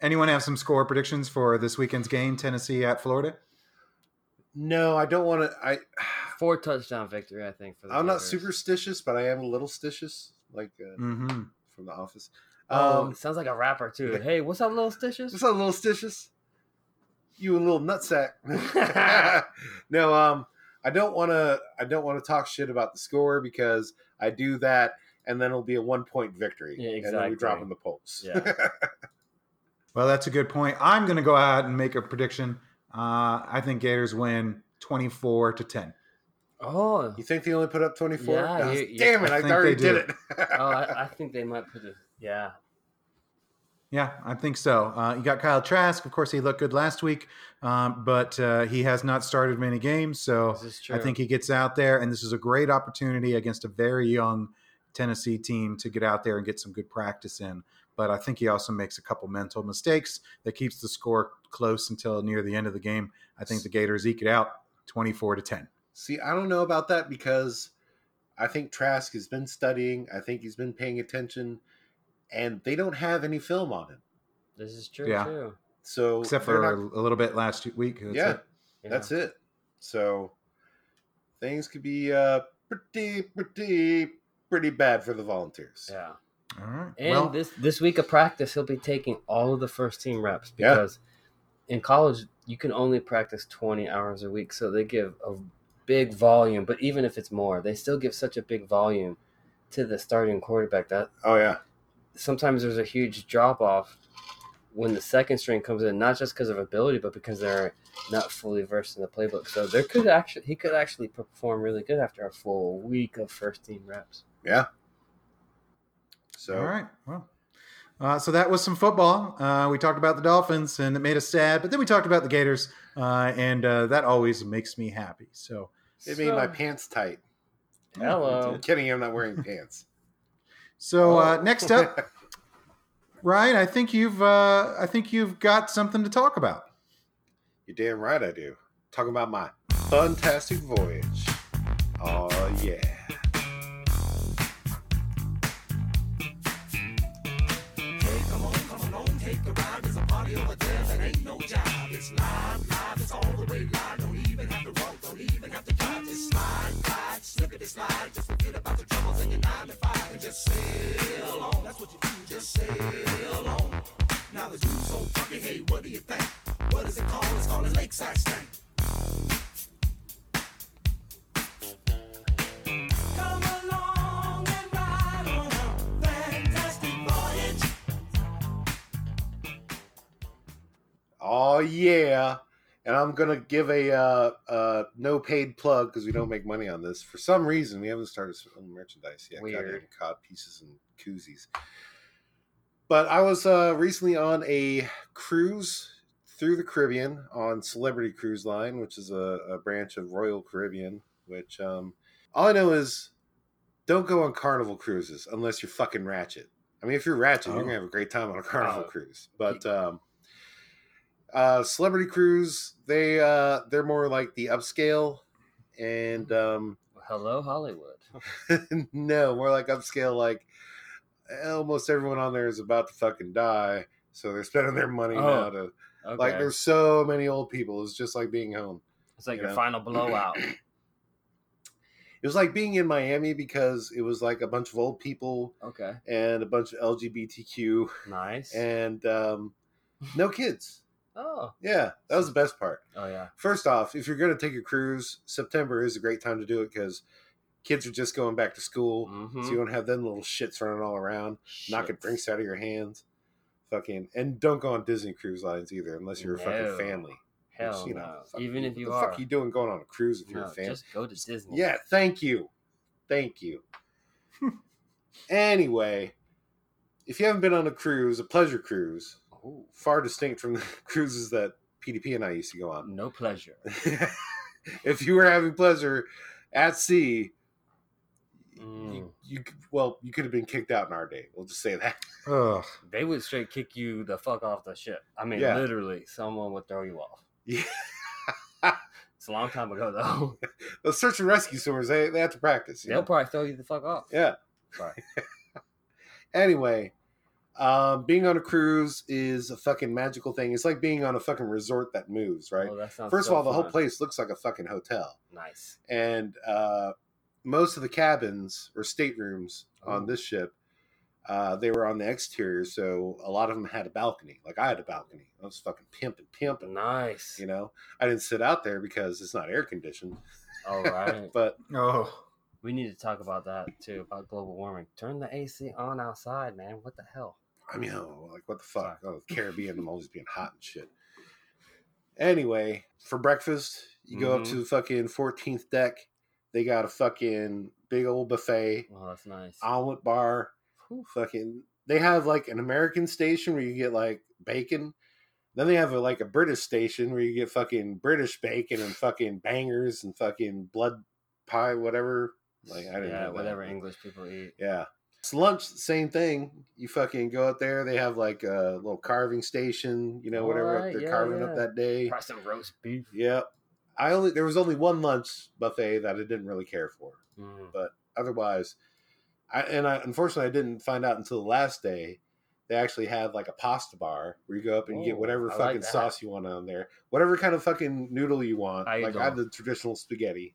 [SPEAKER 2] Anyone have some score predictions for this weekend's game, Tennessee at Florida?
[SPEAKER 1] No, I don't want to. I
[SPEAKER 3] Four touchdown victory, I think. For the Um,
[SPEAKER 1] I'm not
[SPEAKER 3] Gators.
[SPEAKER 1] superstitious, but I am a little stitious, like uh,
[SPEAKER 2] Mm-hmm.
[SPEAKER 1] from the office.
[SPEAKER 3] Oh,
[SPEAKER 1] Um,
[SPEAKER 3] sounds like a rapper too. Hey, what's up, little stitches?
[SPEAKER 1] What's up, little stitches? You a little nutsack. no, um, I don't want to. I don't want to talk shit about the score because I do that, and then it'll be a one point victory,
[SPEAKER 3] Yeah,
[SPEAKER 1] and then we
[SPEAKER 3] exactly.
[SPEAKER 1] drop in the polls.
[SPEAKER 3] Yeah.
[SPEAKER 2] Well, that's a good point. I'm going to go out and make a prediction. Uh, I think Gators win 24 to 10.
[SPEAKER 3] Oh,
[SPEAKER 1] You think they only put up twenty four?
[SPEAKER 3] Yeah, you- you-
[SPEAKER 1] damn it!
[SPEAKER 2] I
[SPEAKER 1] I,
[SPEAKER 2] think
[SPEAKER 1] already
[SPEAKER 2] they
[SPEAKER 1] did
[SPEAKER 2] do.
[SPEAKER 1] it.
[SPEAKER 3] oh, I, I think they might put it. Yeah,
[SPEAKER 2] Yeah, I think so. Uh, you got Kyle Trask. Of course, he looked good last week, um, but uh, he has not started many games. So
[SPEAKER 3] this is true.
[SPEAKER 2] I think he gets out there, and this is a great opportunity against a very young Tennessee team to get out there and get some good practice in. But I think he also makes a couple mental mistakes that keeps the score close until near the end of the game. I think the Gators eke it out 24 to 10.
[SPEAKER 1] See, I don't know about that because I think Trask has been studying. I think he's been paying attention, and they don't have any film on him.
[SPEAKER 3] this is true
[SPEAKER 2] Yeah.
[SPEAKER 3] too.
[SPEAKER 1] So
[SPEAKER 2] Except
[SPEAKER 1] they're
[SPEAKER 2] for
[SPEAKER 1] not-
[SPEAKER 2] a little bit last week. That's
[SPEAKER 1] yeah,
[SPEAKER 2] it.
[SPEAKER 3] Yeah.
[SPEAKER 1] that's it. So things could be uh, pretty, pretty, pretty bad for the Volunteers.
[SPEAKER 3] Yeah,
[SPEAKER 2] All right.
[SPEAKER 3] and
[SPEAKER 2] well,
[SPEAKER 3] this this week of practice, he'll be taking all of the first team reps
[SPEAKER 1] Yeah.
[SPEAKER 3] because in college you can only practice twenty hours a week, so they give a big volume. But even if it's more, they still give such a big volume to the starting quarterback that
[SPEAKER 1] Oh yeah,
[SPEAKER 3] sometimes there's a huge drop off when the second string comes in, not just because of ability, but because they're not fully versed in the playbook. So there could actually he could actually perform really good after a full week of first team reps.
[SPEAKER 1] so
[SPEAKER 2] All right. Well, uh, so that was some football. Uh, we talked about the Dolphins, and it made us sad. But then we talked about the Gators, uh, and uh, that always makes me happy. So
[SPEAKER 1] it made my pants tight.
[SPEAKER 3] Hello.
[SPEAKER 1] I'm kidding, I'm not wearing pants.
[SPEAKER 2] So uh, next up, Ryan, I think you've uh, I think you've got something to talk about.
[SPEAKER 1] You're damn right I do. Talking about my fantastic voyage. Oh yeah.
[SPEAKER 6] Come along and ride on a fantastic voyage.
[SPEAKER 1] Oh yeah. And I'm gonna give a uh, uh, no paid plug because we don't make money on this. For some reason, we haven't started selling merchandise yet.
[SPEAKER 3] Weird.
[SPEAKER 1] Goddamn cod pieces and koozies. But I was uh, recently on a cruise through the Caribbean on Celebrity Cruise Line, which is a, a branch of Royal Caribbean. Which um, all I know is Don't go on carnival cruises unless you're fucking ratchet. I mean, if you're ratchet,
[SPEAKER 2] Oh.
[SPEAKER 1] you're gonna have a great time on a carnival
[SPEAKER 3] Oh.
[SPEAKER 1] cruise. But um, uh, celebrity cruise, they uh, they're more like the upscale, and um,
[SPEAKER 3] Hello, Hollywood.
[SPEAKER 1] no, more like upscale. Like almost everyone on there is about to fucking die, so they're spending their money
[SPEAKER 3] Oh.
[SPEAKER 1] now to
[SPEAKER 3] Okay.
[SPEAKER 1] like. There's so many old people. It's just like being home.
[SPEAKER 3] it's like
[SPEAKER 1] you
[SPEAKER 3] your
[SPEAKER 1] know.
[SPEAKER 3] final blowout.
[SPEAKER 1] It was like being in Miami because it was like a bunch of old people
[SPEAKER 3] Okay.
[SPEAKER 1] and a bunch of LGBTQ
[SPEAKER 3] Nice.
[SPEAKER 1] and um, no kids.
[SPEAKER 3] oh.
[SPEAKER 1] Yeah, that was the best part.
[SPEAKER 3] Oh yeah.
[SPEAKER 1] First off, if you're going to take a cruise, September is a great time to do it because kids are just going back to school.
[SPEAKER 3] Mhm.
[SPEAKER 1] So you don't have them little shits running all around, knocking
[SPEAKER 3] Shit.
[SPEAKER 1] drinks out of your hands. Fucking, and don't go on Disney cruise lines either unless you're a
[SPEAKER 3] No.
[SPEAKER 1] fucking family. Which,
[SPEAKER 3] Hell
[SPEAKER 1] you know,
[SPEAKER 3] no.
[SPEAKER 1] fuck
[SPEAKER 3] Even if
[SPEAKER 1] what
[SPEAKER 3] you
[SPEAKER 1] the
[SPEAKER 3] are.
[SPEAKER 1] fuck you doing going on a cruise if you're a
[SPEAKER 3] no,
[SPEAKER 1] family?
[SPEAKER 3] just go to Disney.
[SPEAKER 1] Yeah, thank you. Thank you. anyway, if you haven't been on a cruise, a pleasure cruise,
[SPEAKER 3] Ooh,
[SPEAKER 1] far distinct from the cruises that PDP and I used to go on.
[SPEAKER 3] no pleasure.
[SPEAKER 1] if you were having pleasure at sea, you,
[SPEAKER 3] Mm.
[SPEAKER 1] you well, you could have been kicked out in our day. We'll just say that.
[SPEAKER 2] Ugh.
[SPEAKER 3] They would straight kick you the fuck off the ship. I mean,
[SPEAKER 1] Yeah.
[SPEAKER 3] literally, someone would throw you off.
[SPEAKER 1] Yeah.
[SPEAKER 3] It's a long time ago though.
[SPEAKER 1] Those search and rescue swimmers, they, they have to practice. you
[SPEAKER 3] They'll
[SPEAKER 1] know?
[SPEAKER 3] probably throw you the fuck off.
[SPEAKER 1] Yeah.
[SPEAKER 3] Right.
[SPEAKER 1] Anyway, um, being on a cruise is a fucking magical thing. It's like being on a fucking resort that moves, right?
[SPEAKER 3] Well, Oh, that sounds
[SPEAKER 1] First
[SPEAKER 3] so
[SPEAKER 1] of all, the whole
[SPEAKER 3] fun.
[SPEAKER 1] place looks like a fucking hotel.
[SPEAKER 3] Nice.
[SPEAKER 1] and uh, most of the cabins or staterooms
[SPEAKER 3] Oh.
[SPEAKER 1] on this ship uh, they were on the exterior so a lot of them had a balcony like i had a balcony i was fucking pimping pimping
[SPEAKER 3] Nice.
[SPEAKER 1] you know i didn't sit out there because it's not air conditioned
[SPEAKER 3] All right.
[SPEAKER 1] but
[SPEAKER 2] Oh.
[SPEAKER 3] we need to talk about that too about global warming. Turn the AC on outside, man. What the hell?
[SPEAKER 1] i mean oh, like what the fuck oh caribbean i'm always being hot and shit anyway for breakfast you go up
[SPEAKER 3] Mhm.
[SPEAKER 1] to the fucking 14th deck they got a fucking big old buffet
[SPEAKER 3] Oh, that's nice.
[SPEAKER 1] omelet bar
[SPEAKER 3] Whew.
[SPEAKER 1] fucking they have like an American station where you get like bacon. Then they have a, like a British station where you get fucking British bacon and fucking bangers and fucking blood pie, whatever. Like I didn't
[SPEAKER 3] yeah,
[SPEAKER 1] know that.
[SPEAKER 3] whatever English people eat.
[SPEAKER 1] Yeah. It's lunch, same thing. You fucking go out there. They have like a little carving station, you know, whatever
[SPEAKER 3] Alright,
[SPEAKER 1] they're
[SPEAKER 3] yeah,
[SPEAKER 1] carving
[SPEAKER 3] yeah.
[SPEAKER 1] up that day.
[SPEAKER 3] Try some roast beef.
[SPEAKER 1] Yep. I only there was only one lunch buffet that I didn't really care for
[SPEAKER 3] Mm.
[SPEAKER 1] otherwise I, and I unfortunately I didn't find out until the last day they actually have like a pasta bar where you go up and you
[SPEAKER 3] Oh,
[SPEAKER 1] get whatever
[SPEAKER 3] I like
[SPEAKER 1] fucking
[SPEAKER 3] that.
[SPEAKER 1] sauce you want on there whatever kind of fucking noodle you want
[SPEAKER 3] I
[SPEAKER 1] like I have the traditional spaghetti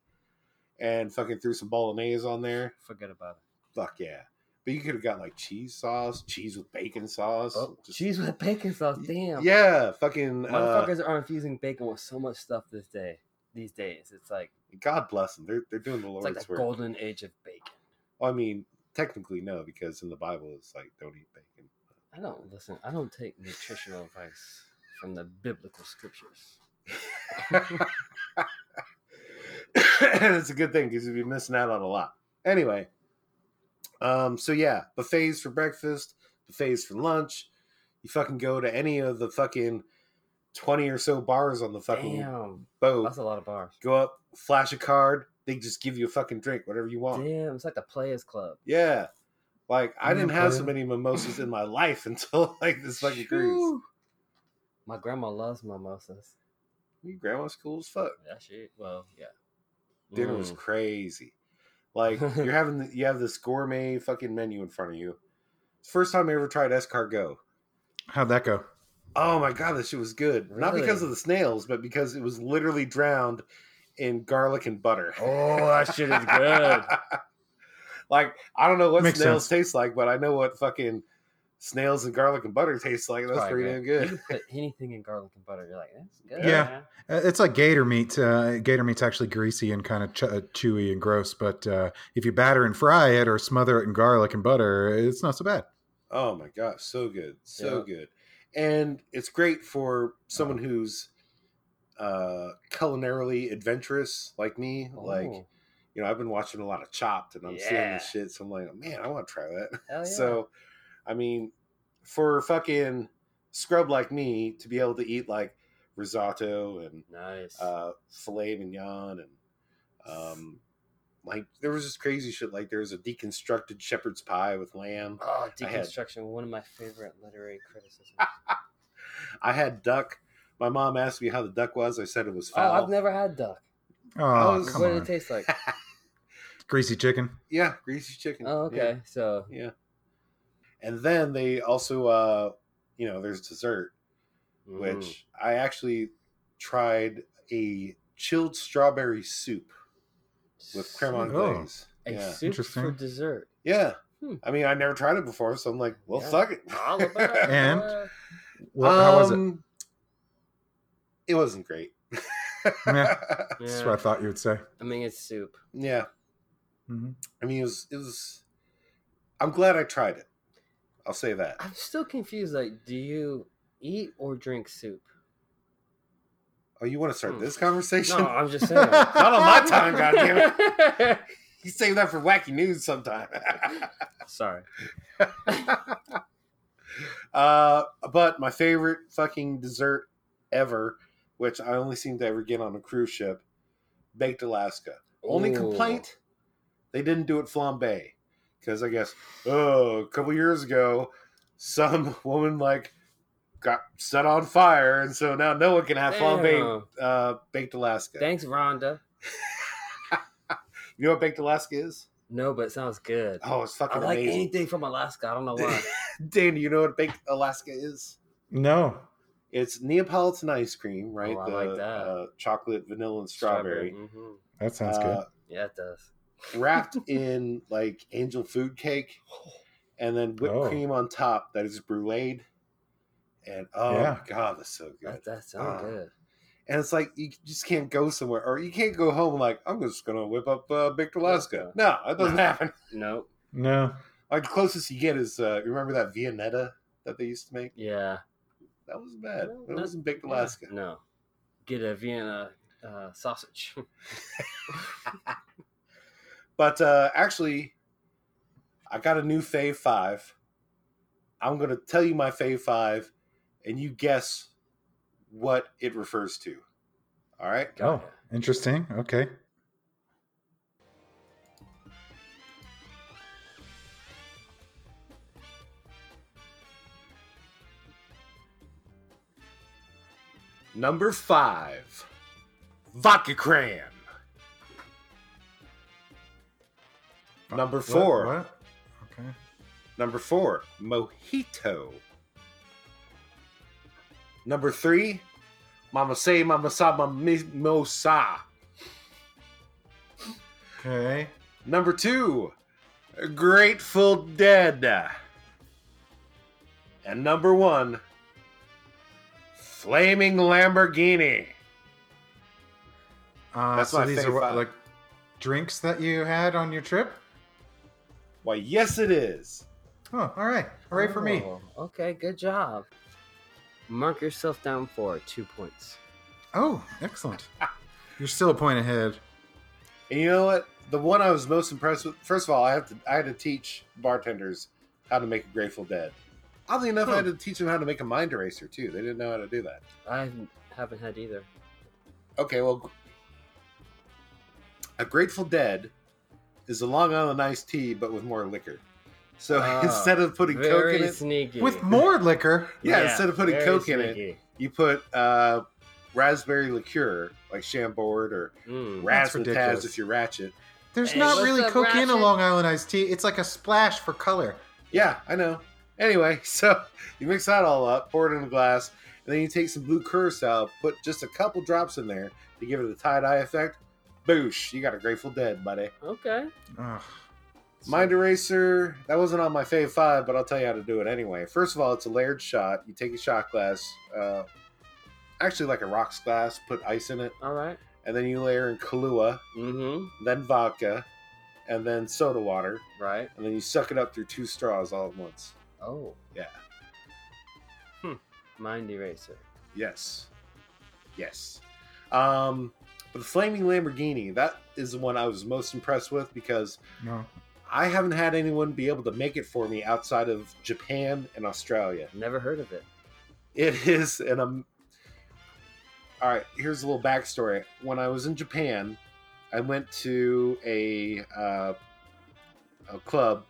[SPEAKER 1] and fucking threw some bolognese on there
[SPEAKER 3] Forget about it.
[SPEAKER 1] fuck yeah but you could have got like cheese sauce cheese with bacon sauce
[SPEAKER 3] Oh,
[SPEAKER 1] just-
[SPEAKER 3] cheese with bacon sauce. Damn.
[SPEAKER 1] yeah fucking uh,
[SPEAKER 3] Motherfuckers are infusing bacon with so much stuff this day. These days, it's like
[SPEAKER 1] God bless them they're, they're doing the
[SPEAKER 3] it's
[SPEAKER 1] Lord's
[SPEAKER 3] like the
[SPEAKER 1] work
[SPEAKER 3] golden age of bacon.
[SPEAKER 1] Well, I mean technically no because in the Bible it's like don't eat bacon
[SPEAKER 3] I don't listen. I don't take nutritional advice from the biblical scriptures.
[SPEAKER 1] and it's a good thing because you'd be missing out on a lot. Anyway, um, so yeah, buffets for breakfast, buffets for lunch. You fucking go to any of the fucking twenty or so bars on the fucking
[SPEAKER 3] Damn,
[SPEAKER 1] boat.
[SPEAKER 3] that's a lot of bars.
[SPEAKER 1] Go up, flash a card. They just give you a fucking drink, whatever you want.
[SPEAKER 3] Damn, it's like the Players Club.
[SPEAKER 1] Yeah, like I
[SPEAKER 2] Damn,
[SPEAKER 1] didn't have so
[SPEAKER 2] brother.
[SPEAKER 1] many mimosas in my life until like this fucking cruise.
[SPEAKER 3] My grandma loves mimosas.
[SPEAKER 1] Your grandma's cool as fuck.
[SPEAKER 3] That shit. Well, yeah.
[SPEAKER 1] dinner was
[SPEAKER 3] Mm.
[SPEAKER 1] crazy. Like you're having the, you have this gourmet fucking menu in front of you. First time I ever tried escargot.
[SPEAKER 2] Howd that go?
[SPEAKER 1] Oh my god, this shit was good. Not because
[SPEAKER 3] Really?
[SPEAKER 1] of the snails, but because it was literally drowned in garlic and butter.
[SPEAKER 3] Oh, that shit is good.
[SPEAKER 1] like I don't know what
[SPEAKER 2] Makes
[SPEAKER 1] snails taste like, but I know what fucking snails and garlic and butter taste like. That's
[SPEAKER 3] Probably
[SPEAKER 1] pretty damn good.
[SPEAKER 3] You can put anything in garlic and butter. You're like, that's good.
[SPEAKER 2] Yeah.
[SPEAKER 3] man."
[SPEAKER 2] Uh, It's like gator meat. Uh, gator meat's actually greasy and kind of ch- uh, chewy and gross, but uh, if you batter and fry it or smother it in garlic and butter, it's not so bad.
[SPEAKER 1] Oh my gosh, so good, so good, and it's great
[SPEAKER 3] Uh-huh.
[SPEAKER 1] for someone who's uh culinarily adventurous like me. Like
[SPEAKER 3] Oh,
[SPEAKER 1] you know, I've been watching a lot of Chopped, and I'm seeing
[SPEAKER 3] Yeah.
[SPEAKER 1] this shit, so I'm like, man, I want to try that.
[SPEAKER 3] hell yeah.
[SPEAKER 1] So, I mean, for fucking scrub like me to be able to eat like risotto and
[SPEAKER 3] nice.
[SPEAKER 1] uh filet mignon and um like there was this crazy shit. Like there was a deconstructed shepherd's pie with lamb.
[SPEAKER 3] Oh,
[SPEAKER 1] I had-
[SPEAKER 3] deconstruction, one of my favorite literary criticisms.
[SPEAKER 1] I had duck. My mom asked me how the duck was. I said it was
[SPEAKER 3] oh,
[SPEAKER 1] foul.
[SPEAKER 3] I've never had duck.
[SPEAKER 2] Oh,
[SPEAKER 1] was-
[SPEAKER 2] come
[SPEAKER 3] what did
[SPEAKER 2] on.
[SPEAKER 3] it taste like?
[SPEAKER 2] Greasy chicken.
[SPEAKER 1] yeah, greasy chicken.
[SPEAKER 3] Oh, okay.
[SPEAKER 1] Yeah.
[SPEAKER 3] So
[SPEAKER 1] And then they also, uh, you know, there's dessert,
[SPEAKER 3] Mhm.
[SPEAKER 1] which I actually tried a chilled strawberry soup with creme
[SPEAKER 2] Oh.
[SPEAKER 1] anglaise.
[SPEAKER 3] a
[SPEAKER 1] Yeah.
[SPEAKER 3] soup for
[SPEAKER 2] Interesting.
[SPEAKER 3] dessert.
[SPEAKER 1] Yeah.
[SPEAKER 3] Hmm.
[SPEAKER 1] I mean, I never tried it before, so I'm like, well,
[SPEAKER 3] Yeah.
[SPEAKER 1] fuck it.
[SPEAKER 3] All about it,
[SPEAKER 2] And?
[SPEAKER 3] boy.
[SPEAKER 2] Well, how was it?
[SPEAKER 1] Um, It wasn't great.
[SPEAKER 2] Yeah. That's
[SPEAKER 3] Yeah.
[SPEAKER 2] what I thought you would say.
[SPEAKER 3] I mean, it's soup.
[SPEAKER 1] yeah.
[SPEAKER 2] hmm
[SPEAKER 1] I mean, it was, it was, I'm glad I tried it. I'll say that.
[SPEAKER 3] I'm still confused. Like, do you eat or drink soup?
[SPEAKER 1] Oh, you want to start
[SPEAKER 3] Hmm.
[SPEAKER 1] this conversation?
[SPEAKER 3] No, I'm just saying. Not
[SPEAKER 1] Not on my time, goddammit.
[SPEAKER 3] it.
[SPEAKER 1] You save that for wacky news sometime.
[SPEAKER 3] Sorry.
[SPEAKER 1] uh, but my favorite fucking dessert ever, which I only seem to ever get on a cruise ship, baked Alaska. Only
[SPEAKER 3] Ooh.
[SPEAKER 1] complaint, they didn't do it flambe. Because I guess, oh, a couple years ago, some woman like got set on fire, and so now no one can have flambe uh, baked Alaska.
[SPEAKER 3] Thanks, Rhonda.
[SPEAKER 1] You know what baked Alaska is?
[SPEAKER 3] No, but it sounds good.
[SPEAKER 1] Oh, it's
[SPEAKER 3] I
[SPEAKER 1] fucking
[SPEAKER 3] like
[SPEAKER 1] amazing.
[SPEAKER 3] anything from Alaska. I don't know why.
[SPEAKER 1] Dan, you know what baked Alaska is?
[SPEAKER 2] No.
[SPEAKER 1] It's Neapolitan ice cream, right?
[SPEAKER 3] Oh, I like that.
[SPEAKER 1] Uh, chocolate, vanilla, and strawberry.
[SPEAKER 3] Mhm.
[SPEAKER 2] That sounds
[SPEAKER 1] Uh,
[SPEAKER 3] Yeah, it does.
[SPEAKER 1] wrapped in like angel food cake and then whipped
[SPEAKER 2] Oh.
[SPEAKER 1] cream on top that is bruleed. And oh
[SPEAKER 2] Yeah.
[SPEAKER 1] my god, that's so good.
[SPEAKER 3] That, that sounds
[SPEAKER 1] Ah.
[SPEAKER 3] good.
[SPEAKER 1] And it's like you just can't go somewhere or you can't go home like I'm just gonna whip up uh, Big Alaska. No, that doesn't happen.
[SPEAKER 3] Nope.
[SPEAKER 2] good. No.
[SPEAKER 1] Like the closest you get is uh, you remember that Viennetta that they used to make?
[SPEAKER 3] Yeah.
[SPEAKER 1] That was bad.
[SPEAKER 3] Well,
[SPEAKER 1] That
[SPEAKER 3] that-
[SPEAKER 1] wasn't Big Alaska.
[SPEAKER 3] No. Get a Vienna uh, sausage.
[SPEAKER 1] But uh, actually, I got a new fave five. I'm going to tell you my fave five, and you guess what it refers to. All right.
[SPEAKER 2] Oh,
[SPEAKER 3] Got ya.
[SPEAKER 2] interesting. Okay.
[SPEAKER 1] Number five Vodka Cran. Number
[SPEAKER 2] What-
[SPEAKER 1] four.
[SPEAKER 2] what? Okay.
[SPEAKER 1] Number four, Mojito. Number three, Mama Say, Mama Sa, Mama Mo Sa.
[SPEAKER 2] Okay.
[SPEAKER 1] Number two, Grateful Dead. And number one, Flaming Lamborghini.
[SPEAKER 2] Uh,
[SPEAKER 1] That's
[SPEAKER 2] so
[SPEAKER 1] my
[SPEAKER 2] these are
[SPEAKER 1] fave
[SPEAKER 2] what,
[SPEAKER 1] five.
[SPEAKER 2] like drinks that you had on your trip?
[SPEAKER 1] Why, yes, it is.
[SPEAKER 2] Oh, all right. Hooray for me.
[SPEAKER 3] Oh, Okay, good job. Mark yourself down for two points.
[SPEAKER 2] Oh, excellent. You're still a point ahead.
[SPEAKER 1] And you know what? The one I was most impressed with. First of all, I have to. I had to teach bartenders how to make a Grateful Dead. Oddly enough, I had to teach them how to make a mind eraser too. They didn't know how to do that.
[SPEAKER 3] I haven't- haven't had either.
[SPEAKER 1] Okay, well, a Grateful Dead is a Long Island iced tea, but with more liquor. So
[SPEAKER 3] Ah,
[SPEAKER 1] instead of putting coke
[SPEAKER 3] Very
[SPEAKER 1] in it,
[SPEAKER 3] sneaky.
[SPEAKER 2] With more liquor.
[SPEAKER 1] yeah, instead of putting
[SPEAKER 3] very
[SPEAKER 1] coke in it,
[SPEAKER 3] sneaky.
[SPEAKER 1] you put uh, raspberry liqueur, like Chambord or
[SPEAKER 3] Mm.
[SPEAKER 2] That's
[SPEAKER 1] Razzmatazz
[SPEAKER 2] ridiculous.
[SPEAKER 1] if you're ratchet.
[SPEAKER 2] There's
[SPEAKER 3] Hey,
[SPEAKER 2] not
[SPEAKER 3] what's
[SPEAKER 2] really
[SPEAKER 3] up,
[SPEAKER 2] coke in a
[SPEAKER 3] Ratchet?
[SPEAKER 2] Long Island iced tea. It's like a splash for color.
[SPEAKER 1] Yeah, I know. Anyway, so you mix that all up, pour it in a glass, and then you take some blue curacao, put just a couple drops in there to give it the tie dye effect. Boosh, you got a Grateful Dead, buddy.
[SPEAKER 3] Okay.
[SPEAKER 2] Ugh.
[SPEAKER 1] Mind Eraser, that wasn't on my fave five, but I'll tell you how to do it anyway. First of all, it's a layered shot. You take a shot glass, uh, actually like a rocks glass, put ice in it,
[SPEAKER 3] All right.
[SPEAKER 1] and then you layer in Kahlua,
[SPEAKER 3] Mm-hmm.
[SPEAKER 1] then vodka, and then soda water,
[SPEAKER 3] Right.
[SPEAKER 1] and then you suck it up through two straws all at once.
[SPEAKER 3] Oh.
[SPEAKER 1] Yeah.
[SPEAKER 3] Hmm. Mind eraser.
[SPEAKER 1] Yes. Yes. Um, but the Flaming Lamborghini, that is the one I was most impressed with because
[SPEAKER 2] No.
[SPEAKER 1] I haven't had anyone be able to make it for me outside of Japan and Australia.
[SPEAKER 3] Never heard of it.
[SPEAKER 1] It is an um. All right, here's a little backstory. When I was in Japan, I went to a uh, a club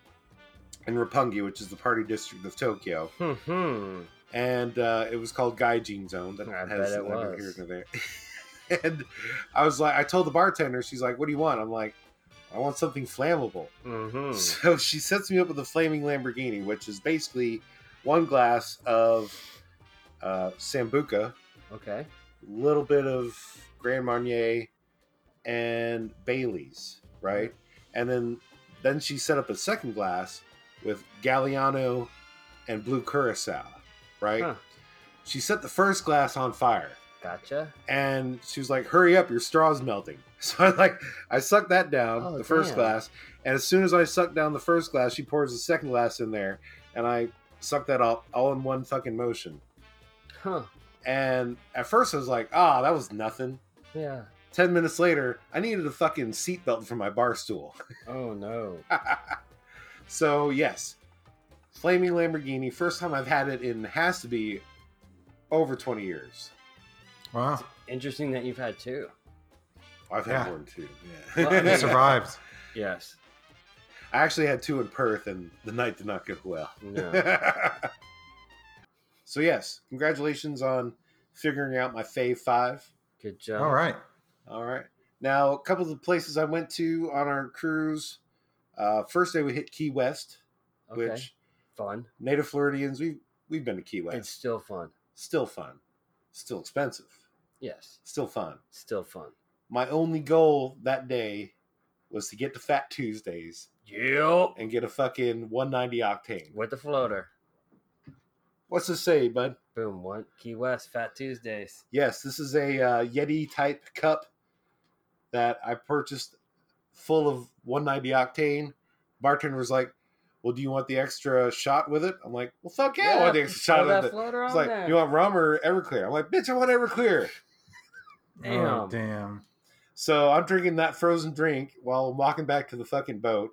[SPEAKER 1] in Roppongi, which is the party district of Tokyo,
[SPEAKER 3] Hmm.
[SPEAKER 1] and uh, it was called Gaijin Zone. That
[SPEAKER 3] I
[SPEAKER 1] has
[SPEAKER 3] bet it
[SPEAKER 1] neither
[SPEAKER 3] was.
[SPEAKER 1] here nor there. and I was like, I told the bartender, she's like, "What do you want?" I'm like, "I want something flammable."
[SPEAKER 3] Mm-hmm.
[SPEAKER 1] So she sets me up with a flaming Lamborghini, which is basically one glass of uh, sambuca,
[SPEAKER 3] Okay.
[SPEAKER 1] little bit of Grand Marnier and Bailey's, right? And then then she set up a second glass with Galliano and blue curacao, right?
[SPEAKER 3] Huh.
[SPEAKER 1] She set the first glass on fire
[SPEAKER 3] Gotcha.
[SPEAKER 1] and she was like, "Hurry up, your straw's melting." So I like I sucked that down,
[SPEAKER 3] Oh,
[SPEAKER 1] the first
[SPEAKER 3] damn.
[SPEAKER 1] glass, and as soon as I sucked down the first glass, she pours the second glass in there, and I sucked that all all in one fucking motion.
[SPEAKER 3] Huh.
[SPEAKER 1] And at first I was like, "Ah, that was nothing."
[SPEAKER 3] Yeah.
[SPEAKER 1] Ten minutes later, I needed a fucking seatbelt for my bar stool.
[SPEAKER 3] Oh no.
[SPEAKER 1] so yes, flaming Lamborghini. First time I've had it in has to be over twenty years.
[SPEAKER 2] Wow.
[SPEAKER 3] Interesting that you've had two.
[SPEAKER 1] I've had
[SPEAKER 2] Yeah.
[SPEAKER 1] one too.
[SPEAKER 3] Well, I
[SPEAKER 1] Yeah.
[SPEAKER 3] mean-
[SPEAKER 2] It survives.
[SPEAKER 3] Yes.
[SPEAKER 1] I actually had two in Perth, and the night did not go well.
[SPEAKER 3] No.
[SPEAKER 1] so yes, congratulations on figuring out my fave five.
[SPEAKER 3] Good job.
[SPEAKER 2] All right.
[SPEAKER 1] All right, now a couple of the places I went to on our cruise. Uh, first day we hit Key West,
[SPEAKER 3] Okay.
[SPEAKER 1] which
[SPEAKER 3] fun.
[SPEAKER 1] native Floridians we've we've been to Key West.
[SPEAKER 3] It's still fun.
[SPEAKER 1] still fun, still expensive,
[SPEAKER 3] Yes.
[SPEAKER 1] still fun.
[SPEAKER 3] Still fun.
[SPEAKER 1] My only goal that day was to get to Fat Tuesdays
[SPEAKER 3] Yep.
[SPEAKER 1] and get a fucking 190 octane.
[SPEAKER 3] With the floater.
[SPEAKER 1] What's it say, bud?
[SPEAKER 3] Boom. One Key West Fat Tuesdays.
[SPEAKER 1] Yes, this is a uh, Yeti type cup that I purchased full of 190 octane. Bartender was like, Well, do you want the extra shot with it? I'm like, Well, fuck yeah, I want the extra shot
[SPEAKER 3] throw that
[SPEAKER 1] with it.
[SPEAKER 3] floater on
[SPEAKER 1] It's like,
[SPEAKER 3] there.
[SPEAKER 1] You want rum or Everclear? I'm like, Bitch, I want Everclear.
[SPEAKER 2] Oh,
[SPEAKER 3] Damn.
[SPEAKER 2] damn.
[SPEAKER 1] So I'm drinking that frozen drink while I'm walking back to the fucking boat,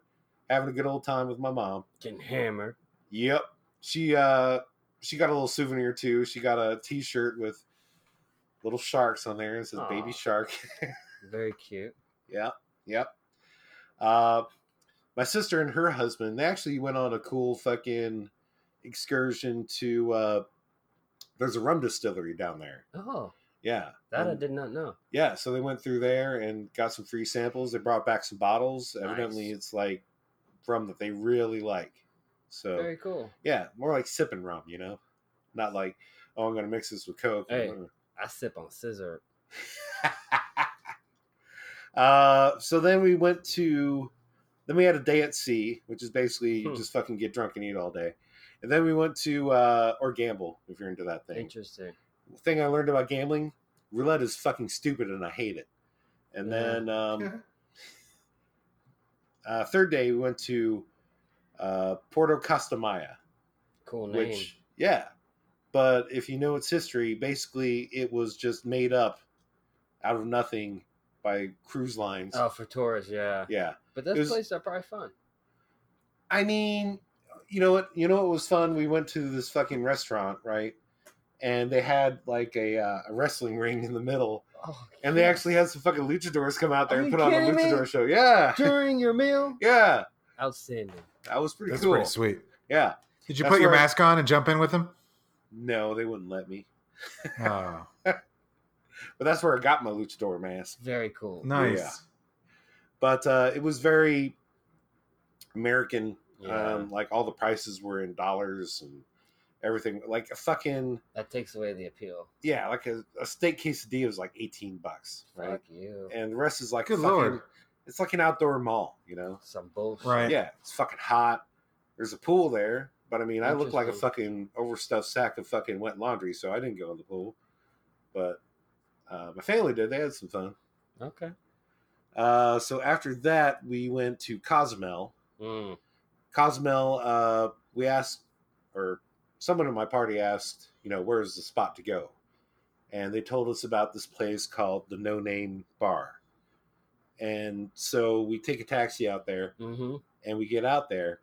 [SPEAKER 1] having a good old time with my mom.
[SPEAKER 3] Getting hammered.
[SPEAKER 1] Yep. She uh she got a little souvenir too. She got a t-shirt with little sharks on there. It says baby
[SPEAKER 3] Aw.
[SPEAKER 1] shark.
[SPEAKER 3] Very cute.
[SPEAKER 1] Yep, yep. Uh, my sister and her husband they actually went on a cool fucking excursion to. Uh, there's a rum distillery down there.
[SPEAKER 3] Oh,
[SPEAKER 1] Yeah, Um,
[SPEAKER 3] that I
[SPEAKER 1] And-
[SPEAKER 3] did not know.
[SPEAKER 1] Yeah, so they went through there and got some free samples. They brought back some bottles. Evidently,
[SPEAKER 3] Nice.
[SPEAKER 1] it's like rum that they really like. So
[SPEAKER 3] Very cool.
[SPEAKER 1] yeah, more like sipping rum, you know, not like oh I'm gonna mix this with coke.
[SPEAKER 3] Hey. I sip on scissor.
[SPEAKER 1] uh, so then we went to, then we had a day at sea, which is basically you
[SPEAKER 3] Hmm.
[SPEAKER 1] just fucking get drunk and eat all day. And then we went to, uh, or gamble, if you're into that thing.
[SPEAKER 3] Interesting.
[SPEAKER 1] thing I learned about gambling roulette is fucking stupid and I hate it. And
[SPEAKER 3] Yeah.
[SPEAKER 1] then, um, uh, third day, we went to uh, Porto Castamaya, Oh,
[SPEAKER 3] Cool name.
[SPEAKER 1] which, yeah. But if you know its history, basically it was just made up out of nothing by cruise lines.
[SPEAKER 3] oh, for tourists, yeah.
[SPEAKER 1] Yeah.
[SPEAKER 3] But those
[SPEAKER 1] It was-
[SPEAKER 3] places are probably fun.
[SPEAKER 1] I mean, you know what? You know what was fun? We went to this fucking restaurant, right? And they had like a, uh, a wrestling ring in the middle,
[SPEAKER 3] Oh,
[SPEAKER 1] and they
[SPEAKER 3] yeah.
[SPEAKER 1] actually had some fucking luchadors come out there
[SPEAKER 3] Are
[SPEAKER 1] and
[SPEAKER 3] you
[SPEAKER 1] put on a
[SPEAKER 3] kidding me?
[SPEAKER 1] luchador show. Yeah,
[SPEAKER 3] during your meal.
[SPEAKER 1] yeah,
[SPEAKER 3] Outstanding.
[SPEAKER 1] that was pretty
[SPEAKER 2] That's
[SPEAKER 1] cool.
[SPEAKER 2] pretty sweet.
[SPEAKER 1] Yeah,
[SPEAKER 2] Did you
[SPEAKER 1] That's
[SPEAKER 2] put your
[SPEAKER 1] where-
[SPEAKER 2] mask on and jump in with him?
[SPEAKER 1] no, they wouldn't let me,
[SPEAKER 2] Oh,
[SPEAKER 1] but that's where I got my luchador mask.
[SPEAKER 3] Very cool.
[SPEAKER 2] nice.
[SPEAKER 1] Yeah. But uh, it was very American.
[SPEAKER 3] Yeah.
[SPEAKER 1] Um, like all the prices were in dollars and everything. Like a fucking
[SPEAKER 3] That takes away the appeal.
[SPEAKER 1] yeah, like a, a steak quesadilla was like eighteen bucks, right?
[SPEAKER 3] Fuck you.
[SPEAKER 1] and the rest is like
[SPEAKER 2] Good
[SPEAKER 1] fucking,
[SPEAKER 2] lord.
[SPEAKER 1] it's like an outdoor mall, you know?
[SPEAKER 3] Some bullshit.
[SPEAKER 2] Right.
[SPEAKER 1] Yeah, it's fucking hot. There's a pool there, but I mean, I look like a
[SPEAKER 3] Interesting.
[SPEAKER 1] fucking overstuffed sack of fucking wet laundry, so I didn't go in the pool. But uh, my family did; they had some fun.
[SPEAKER 3] Okay.
[SPEAKER 1] Uh, so after that, we went to Cozumel.
[SPEAKER 3] Mm.
[SPEAKER 1] Cozumel, uh, we asked, or someone in my party asked, you know, where's the spot to go? And they told us about this place called the No Name Bar. And so we take a taxi out there
[SPEAKER 3] hmm
[SPEAKER 1] and we get out there,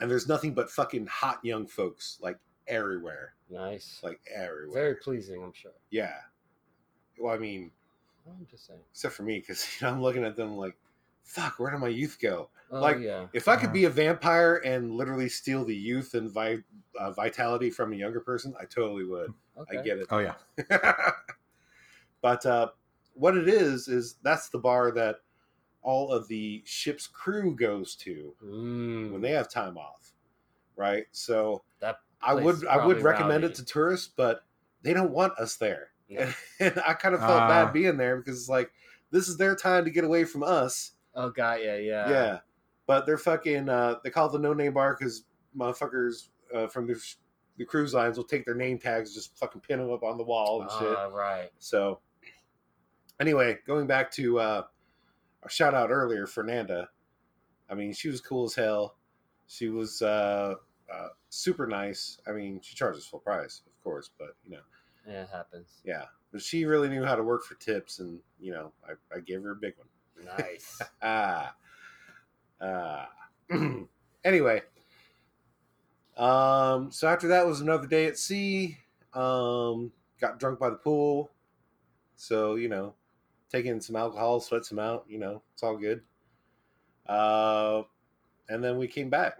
[SPEAKER 1] and there's nothing but fucking hot young folks like everywhere,
[SPEAKER 3] Nice.
[SPEAKER 1] like everywhere.
[SPEAKER 3] Very pleasing, I'm sure.
[SPEAKER 1] Yeah. Well, I mean,
[SPEAKER 3] I'm just saying.
[SPEAKER 1] except for me because you know, I'm looking at them like, fuck, where did my youth go?
[SPEAKER 3] Oh
[SPEAKER 1] Like-
[SPEAKER 3] yeah,
[SPEAKER 1] If I could
[SPEAKER 2] Yeah.
[SPEAKER 1] be a vampire and literally steal the youth and vi- uh, vitality from a younger person, I totally would.
[SPEAKER 3] okay.
[SPEAKER 1] I get it.
[SPEAKER 2] Oh yeah.
[SPEAKER 1] but uh, what it is is that's the bar that all of the ship's crew goes to
[SPEAKER 3] Mm,
[SPEAKER 1] when they have time off, right? So
[SPEAKER 3] that
[SPEAKER 1] I
[SPEAKER 3] place is
[SPEAKER 1] would I would
[SPEAKER 3] probably
[SPEAKER 1] recommend
[SPEAKER 3] rowdy.
[SPEAKER 1] it to tourists, but they don't want us there,
[SPEAKER 3] Yeah.
[SPEAKER 1] and I kind of felt
[SPEAKER 2] Ah.
[SPEAKER 1] bad being there because it's like this is their time to get away from us.
[SPEAKER 3] Oh god, yeah, yeah,
[SPEAKER 1] yeah, but they're fucking. Uh, they call it the no name bar because motherfuckers uh, from the, the cruise lines will take their name tags, just fucking pin them up on the wall and shit.
[SPEAKER 3] Ah, right.
[SPEAKER 1] So, anyway, going back to uh, our shout out earlier, Fernanda. I mean, she was cool as hell. She was uh, uh, super nice. I mean, she charges full price, of course, but you know,
[SPEAKER 3] Yeah, it happens.
[SPEAKER 1] yeah. But she really knew how to work for tips, and you know, I, I gave her a big one.
[SPEAKER 3] Nice.
[SPEAKER 1] Ah. Ah. anyway. Um, so after that was another day at sea. Um, got drunk by the pool. So, you know, taking some alcohol, sweat some out, you know, it's all good. Uh, and then we came back.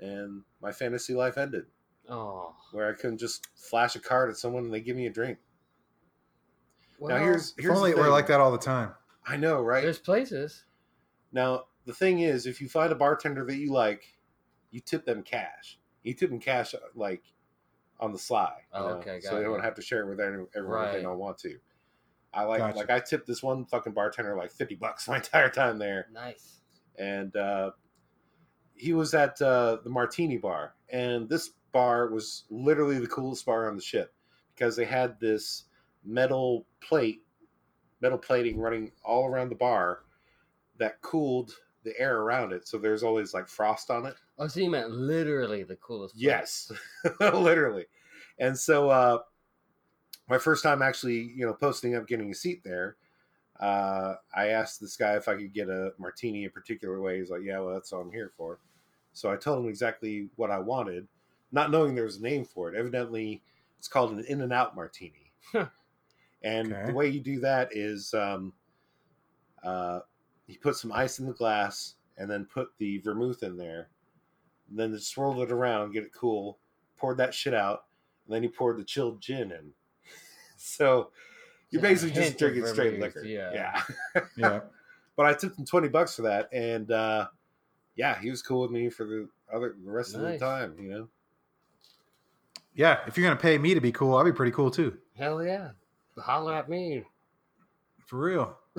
[SPEAKER 1] And my fantasy life ended
[SPEAKER 3] oh.
[SPEAKER 1] where I couldn't just flash a card at someone and they give me a drink.
[SPEAKER 3] Well,
[SPEAKER 1] now here's here's
[SPEAKER 2] if only
[SPEAKER 1] the
[SPEAKER 2] it were
[SPEAKER 1] thing.
[SPEAKER 2] like that all the time.
[SPEAKER 1] I know, right?
[SPEAKER 3] there's places.
[SPEAKER 1] Now, the thing is, if you find a bartender that you like, you tip them cash. You tip them cash like on the sly. you
[SPEAKER 3] Oh,
[SPEAKER 1] know,
[SPEAKER 3] okay,
[SPEAKER 1] so
[SPEAKER 3] got
[SPEAKER 1] they don't
[SPEAKER 3] you.
[SPEAKER 1] have to share it with any- everyone if
[SPEAKER 3] Right.
[SPEAKER 1] they don't want to. I like
[SPEAKER 2] Gotcha.
[SPEAKER 1] like I tipped this one fucking bartender like fifty bucks my entire time there,
[SPEAKER 3] Nice.
[SPEAKER 1] and uh, he was at uh, the Martini Bar, and this bar was literally the coolest bar on the ship because they had this metal plate, metal plating running all around the bar that cooled the air around it. So there's always like frost on it.
[SPEAKER 3] Oh, so you meant literally the coolest. place.
[SPEAKER 1] Yes, literally. And so, uh, my first time actually, you know, posting up getting a seat there, uh, I asked this guy if I could get a martini a particular way. He's like, "Yeah, well, that's what I'm here for." So I told him exactly what I wanted, not knowing there was a name for it. Evidently, it's called an in and out martini.
[SPEAKER 3] Huh.
[SPEAKER 1] and
[SPEAKER 2] Okay.
[SPEAKER 1] the way you do that is um, uh, you put some ice in the glass and then put the vermouth in there. And then just swirled it around, get it cool, poured that shit out, and then you poured the chilled gin in. So you're
[SPEAKER 3] Yeah,
[SPEAKER 1] basically just
[SPEAKER 3] hint of
[SPEAKER 1] drinking straight
[SPEAKER 3] vermouth,
[SPEAKER 1] liquor.
[SPEAKER 3] yeah.
[SPEAKER 2] Yeah.
[SPEAKER 1] But I tipped him 20 bucks for that. And uh, yeah, he was cool with me for the other the rest of the
[SPEAKER 3] Nice.
[SPEAKER 1] time, you know?
[SPEAKER 2] yeah. If you're gonna pay me to be cool, I'll be pretty cool too.
[SPEAKER 3] Hell yeah. Holler at me.
[SPEAKER 2] For real.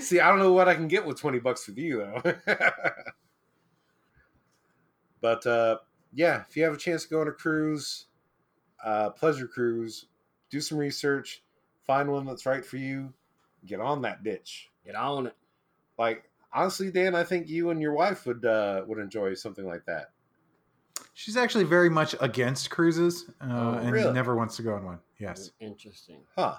[SPEAKER 1] See, I don't know what I can get with 20 bucks with you, though. but uh, yeah, if you have a chance to go on a cruise, uh, pleasure cruise, do some research, find one that's right for you, get on that bitch.
[SPEAKER 3] Get on it.
[SPEAKER 1] Like, honestly, Dan, I think you and your wife would uh, would enjoy something like that.
[SPEAKER 2] She's actually very much against cruises uh,
[SPEAKER 3] Oh,
[SPEAKER 2] and
[SPEAKER 1] really?
[SPEAKER 2] never wants to go on one. Yes.
[SPEAKER 3] Interesting.
[SPEAKER 1] Huh.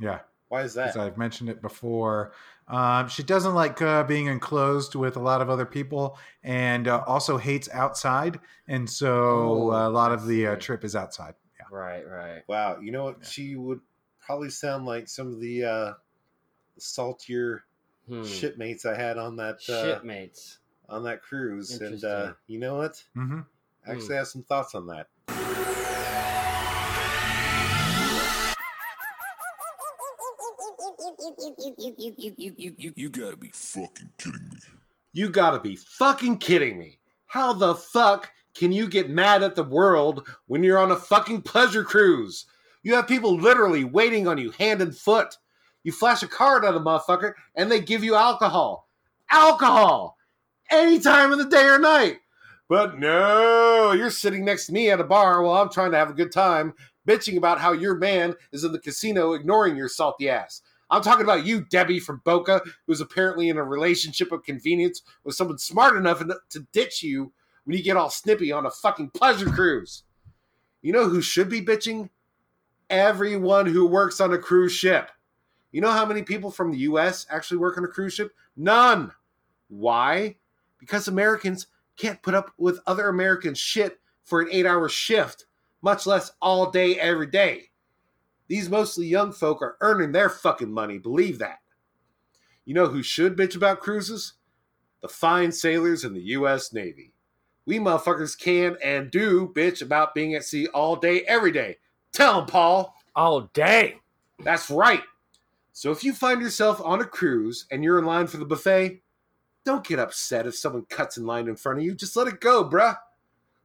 [SPEAKER 2] Yeah.
[SPEAKER 1] Why is that?
[SPEAKER 2] As I've mentioned it before, um, she doesn't like uh, being enclosed with a lot of other people, and uh, also hates outside, and so
[SPEAKER 3] Oh,
[SPEAKER 2] uh, a lot of
[SPEAKER 3] I
[SPEAKER 2] the uh,
[SPEAKER 3] see.
[SPEAKER 2] trip is outside.
[SPEAKER 3] Right, right.
[SPEAKER 1] Wow, you know what? She would probably sound like some of the uh, saltier
[SPEAKER 3] Hmm.
[SPEAKER 1] shipmates I had on that uh,
[SPEAKER 3] Shipmates.
[SPEAKER 1] on that cruise, and uh,
[SPEAKER 3] Interesting.
[SPEAKER 1] you know what?
[SPEAKER 2] hmm
[SPEAKER 1] I actually have some thoughts on that.
[SPEAKER 5] You gotta be fucking kidding me.
[SPEAKER 1] You gotta be fucking kidding me. How the fuck can you get mad at the world when you're on a fucking pleasure cruise? You have people literally waiting on you hand and foot. You flash a card at a motherfucker and they give you alcohol. Alcohol! Any time of the day or night. But no, you're sitting next to me at a bar while I'm trying to have a good time, bitching about how your man is in the casino ignoring your salty ass. I'm talking about you, Debbie from Boca, who's apparently in a relationship of convenience with someone smart enough en- to ditch you when you get all snippy on a fucking pleasure cruise. You know who should be bitching? Everyone who works on a cruise ship. You know how many people from the US actually work on a cruise ship? None. Why? Because Americans can't put up with other Americans' shit for an eight hour shift, much less all day, every day. These mostly young folk are earning their fucking money. Believe that. You know who should bitch about cruises? The fine sailors in the U.S. Navy. We motherfuckers can and do bitch about being at sea all day, every day. Tell 'em, Paul.
[SPEAKER 3] all day.
[SPEAKER 1] That's right. So if you find yourself on a cruise and you're in line for the buffet, don't get upset if someone cuts in line in front of you. Just let it go, bruh.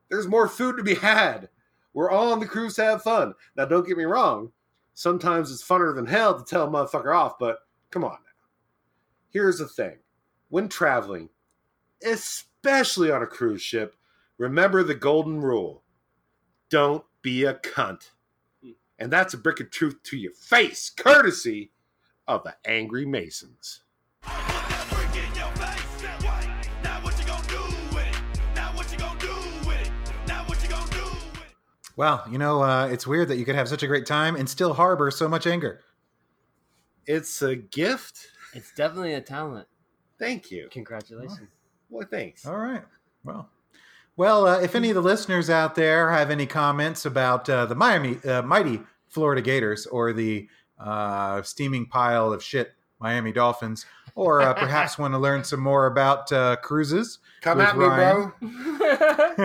[SPEAKER 1] There's more food to be had. We're all on the cruise to have fun. Now, don't get me wrong. Sometimes it's funner than hell to tell a motherfucker off, but come on now. Here's the thing when traveling, especially on a cruise ship, remember the golden rule don't be a cunt. And that's a brick of truth to your face, courtesy of the Angry Masons.
[SPEAKER 2] Well, you know, uh, it's weird that you could have such a great time and still harbor so much anger.
[SPEAKER 1] It's a gift.
[SPEAKER 3] It's definitely a talent.
[SPEAKER 1] Thank you.
[SPEAKER 3] Congratulations.
[SPEAKER 1] Well, thanks.
[SPEAKER 2] All right. Well, well, uh, if any of the listeners out there have any comments about uh, the Miami uh, mighty Florida Gators or the uh, steaming pile of shit Miami Dolphins, or uh, perhaps want to learn some more about uh, cruises,
[SPEAKER 1] Come
[SPEAKER 2] With
[SPEAKER 1] at me,
[SPEAKER 2] Ryan.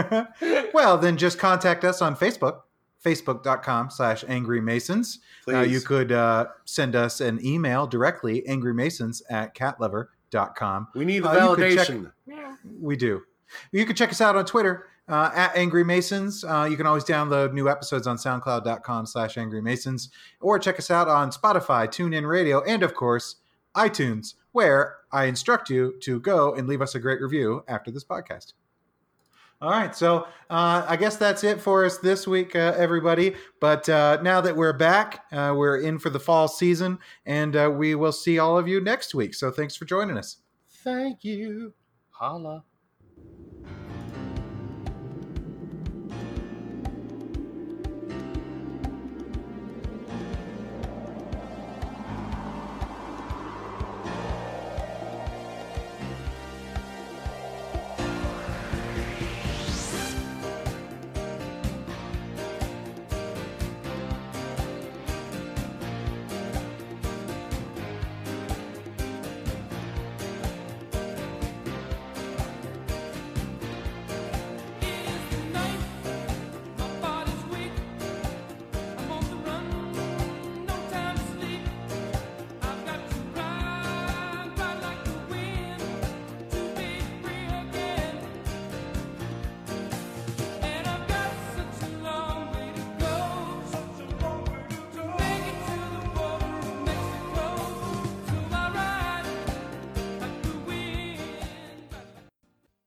[SPEAKER 1] bro.
[SPEAKER 2] well, then just contact us on Facebook, facebook.com slash angry masons.
[SPEAKER 1] Please.
[SPEAKER 2] Uh, you could uh, send us an email directly, angrymasons at catlover.com.
[SPEAKER 1] we need the
[SPEAKER 2] uh, you could check-
[SPEAKER 1] validation.
[SPEAKER 2] We do. You can check us out on Twitter uh, at Angry Masons. Uh, you can always download new episodes on soundcloud.com slash Angry Masons or check us out on Spotify, TuneIn Radio, and of course, iTunes, where I instruct you to go and leave us a great review after this podcast. All right, so uh, I guess that's it for us this week, uh, everybody. But uh, now that we're back, uh, we're in for the fall season, and uh, we will see all of you next week. So thanks for joining us.
[SPEAKER 1] Thank you.
[SPEAKER 3] Holla.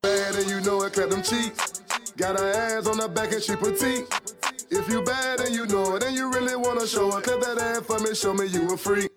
[SPEAKER 5] Bad and you know it, clap them cheeks. Got her ass on her back and she petite. If you bad and you know it, and you really wanna show it, clap that ass for me, show me you a freak.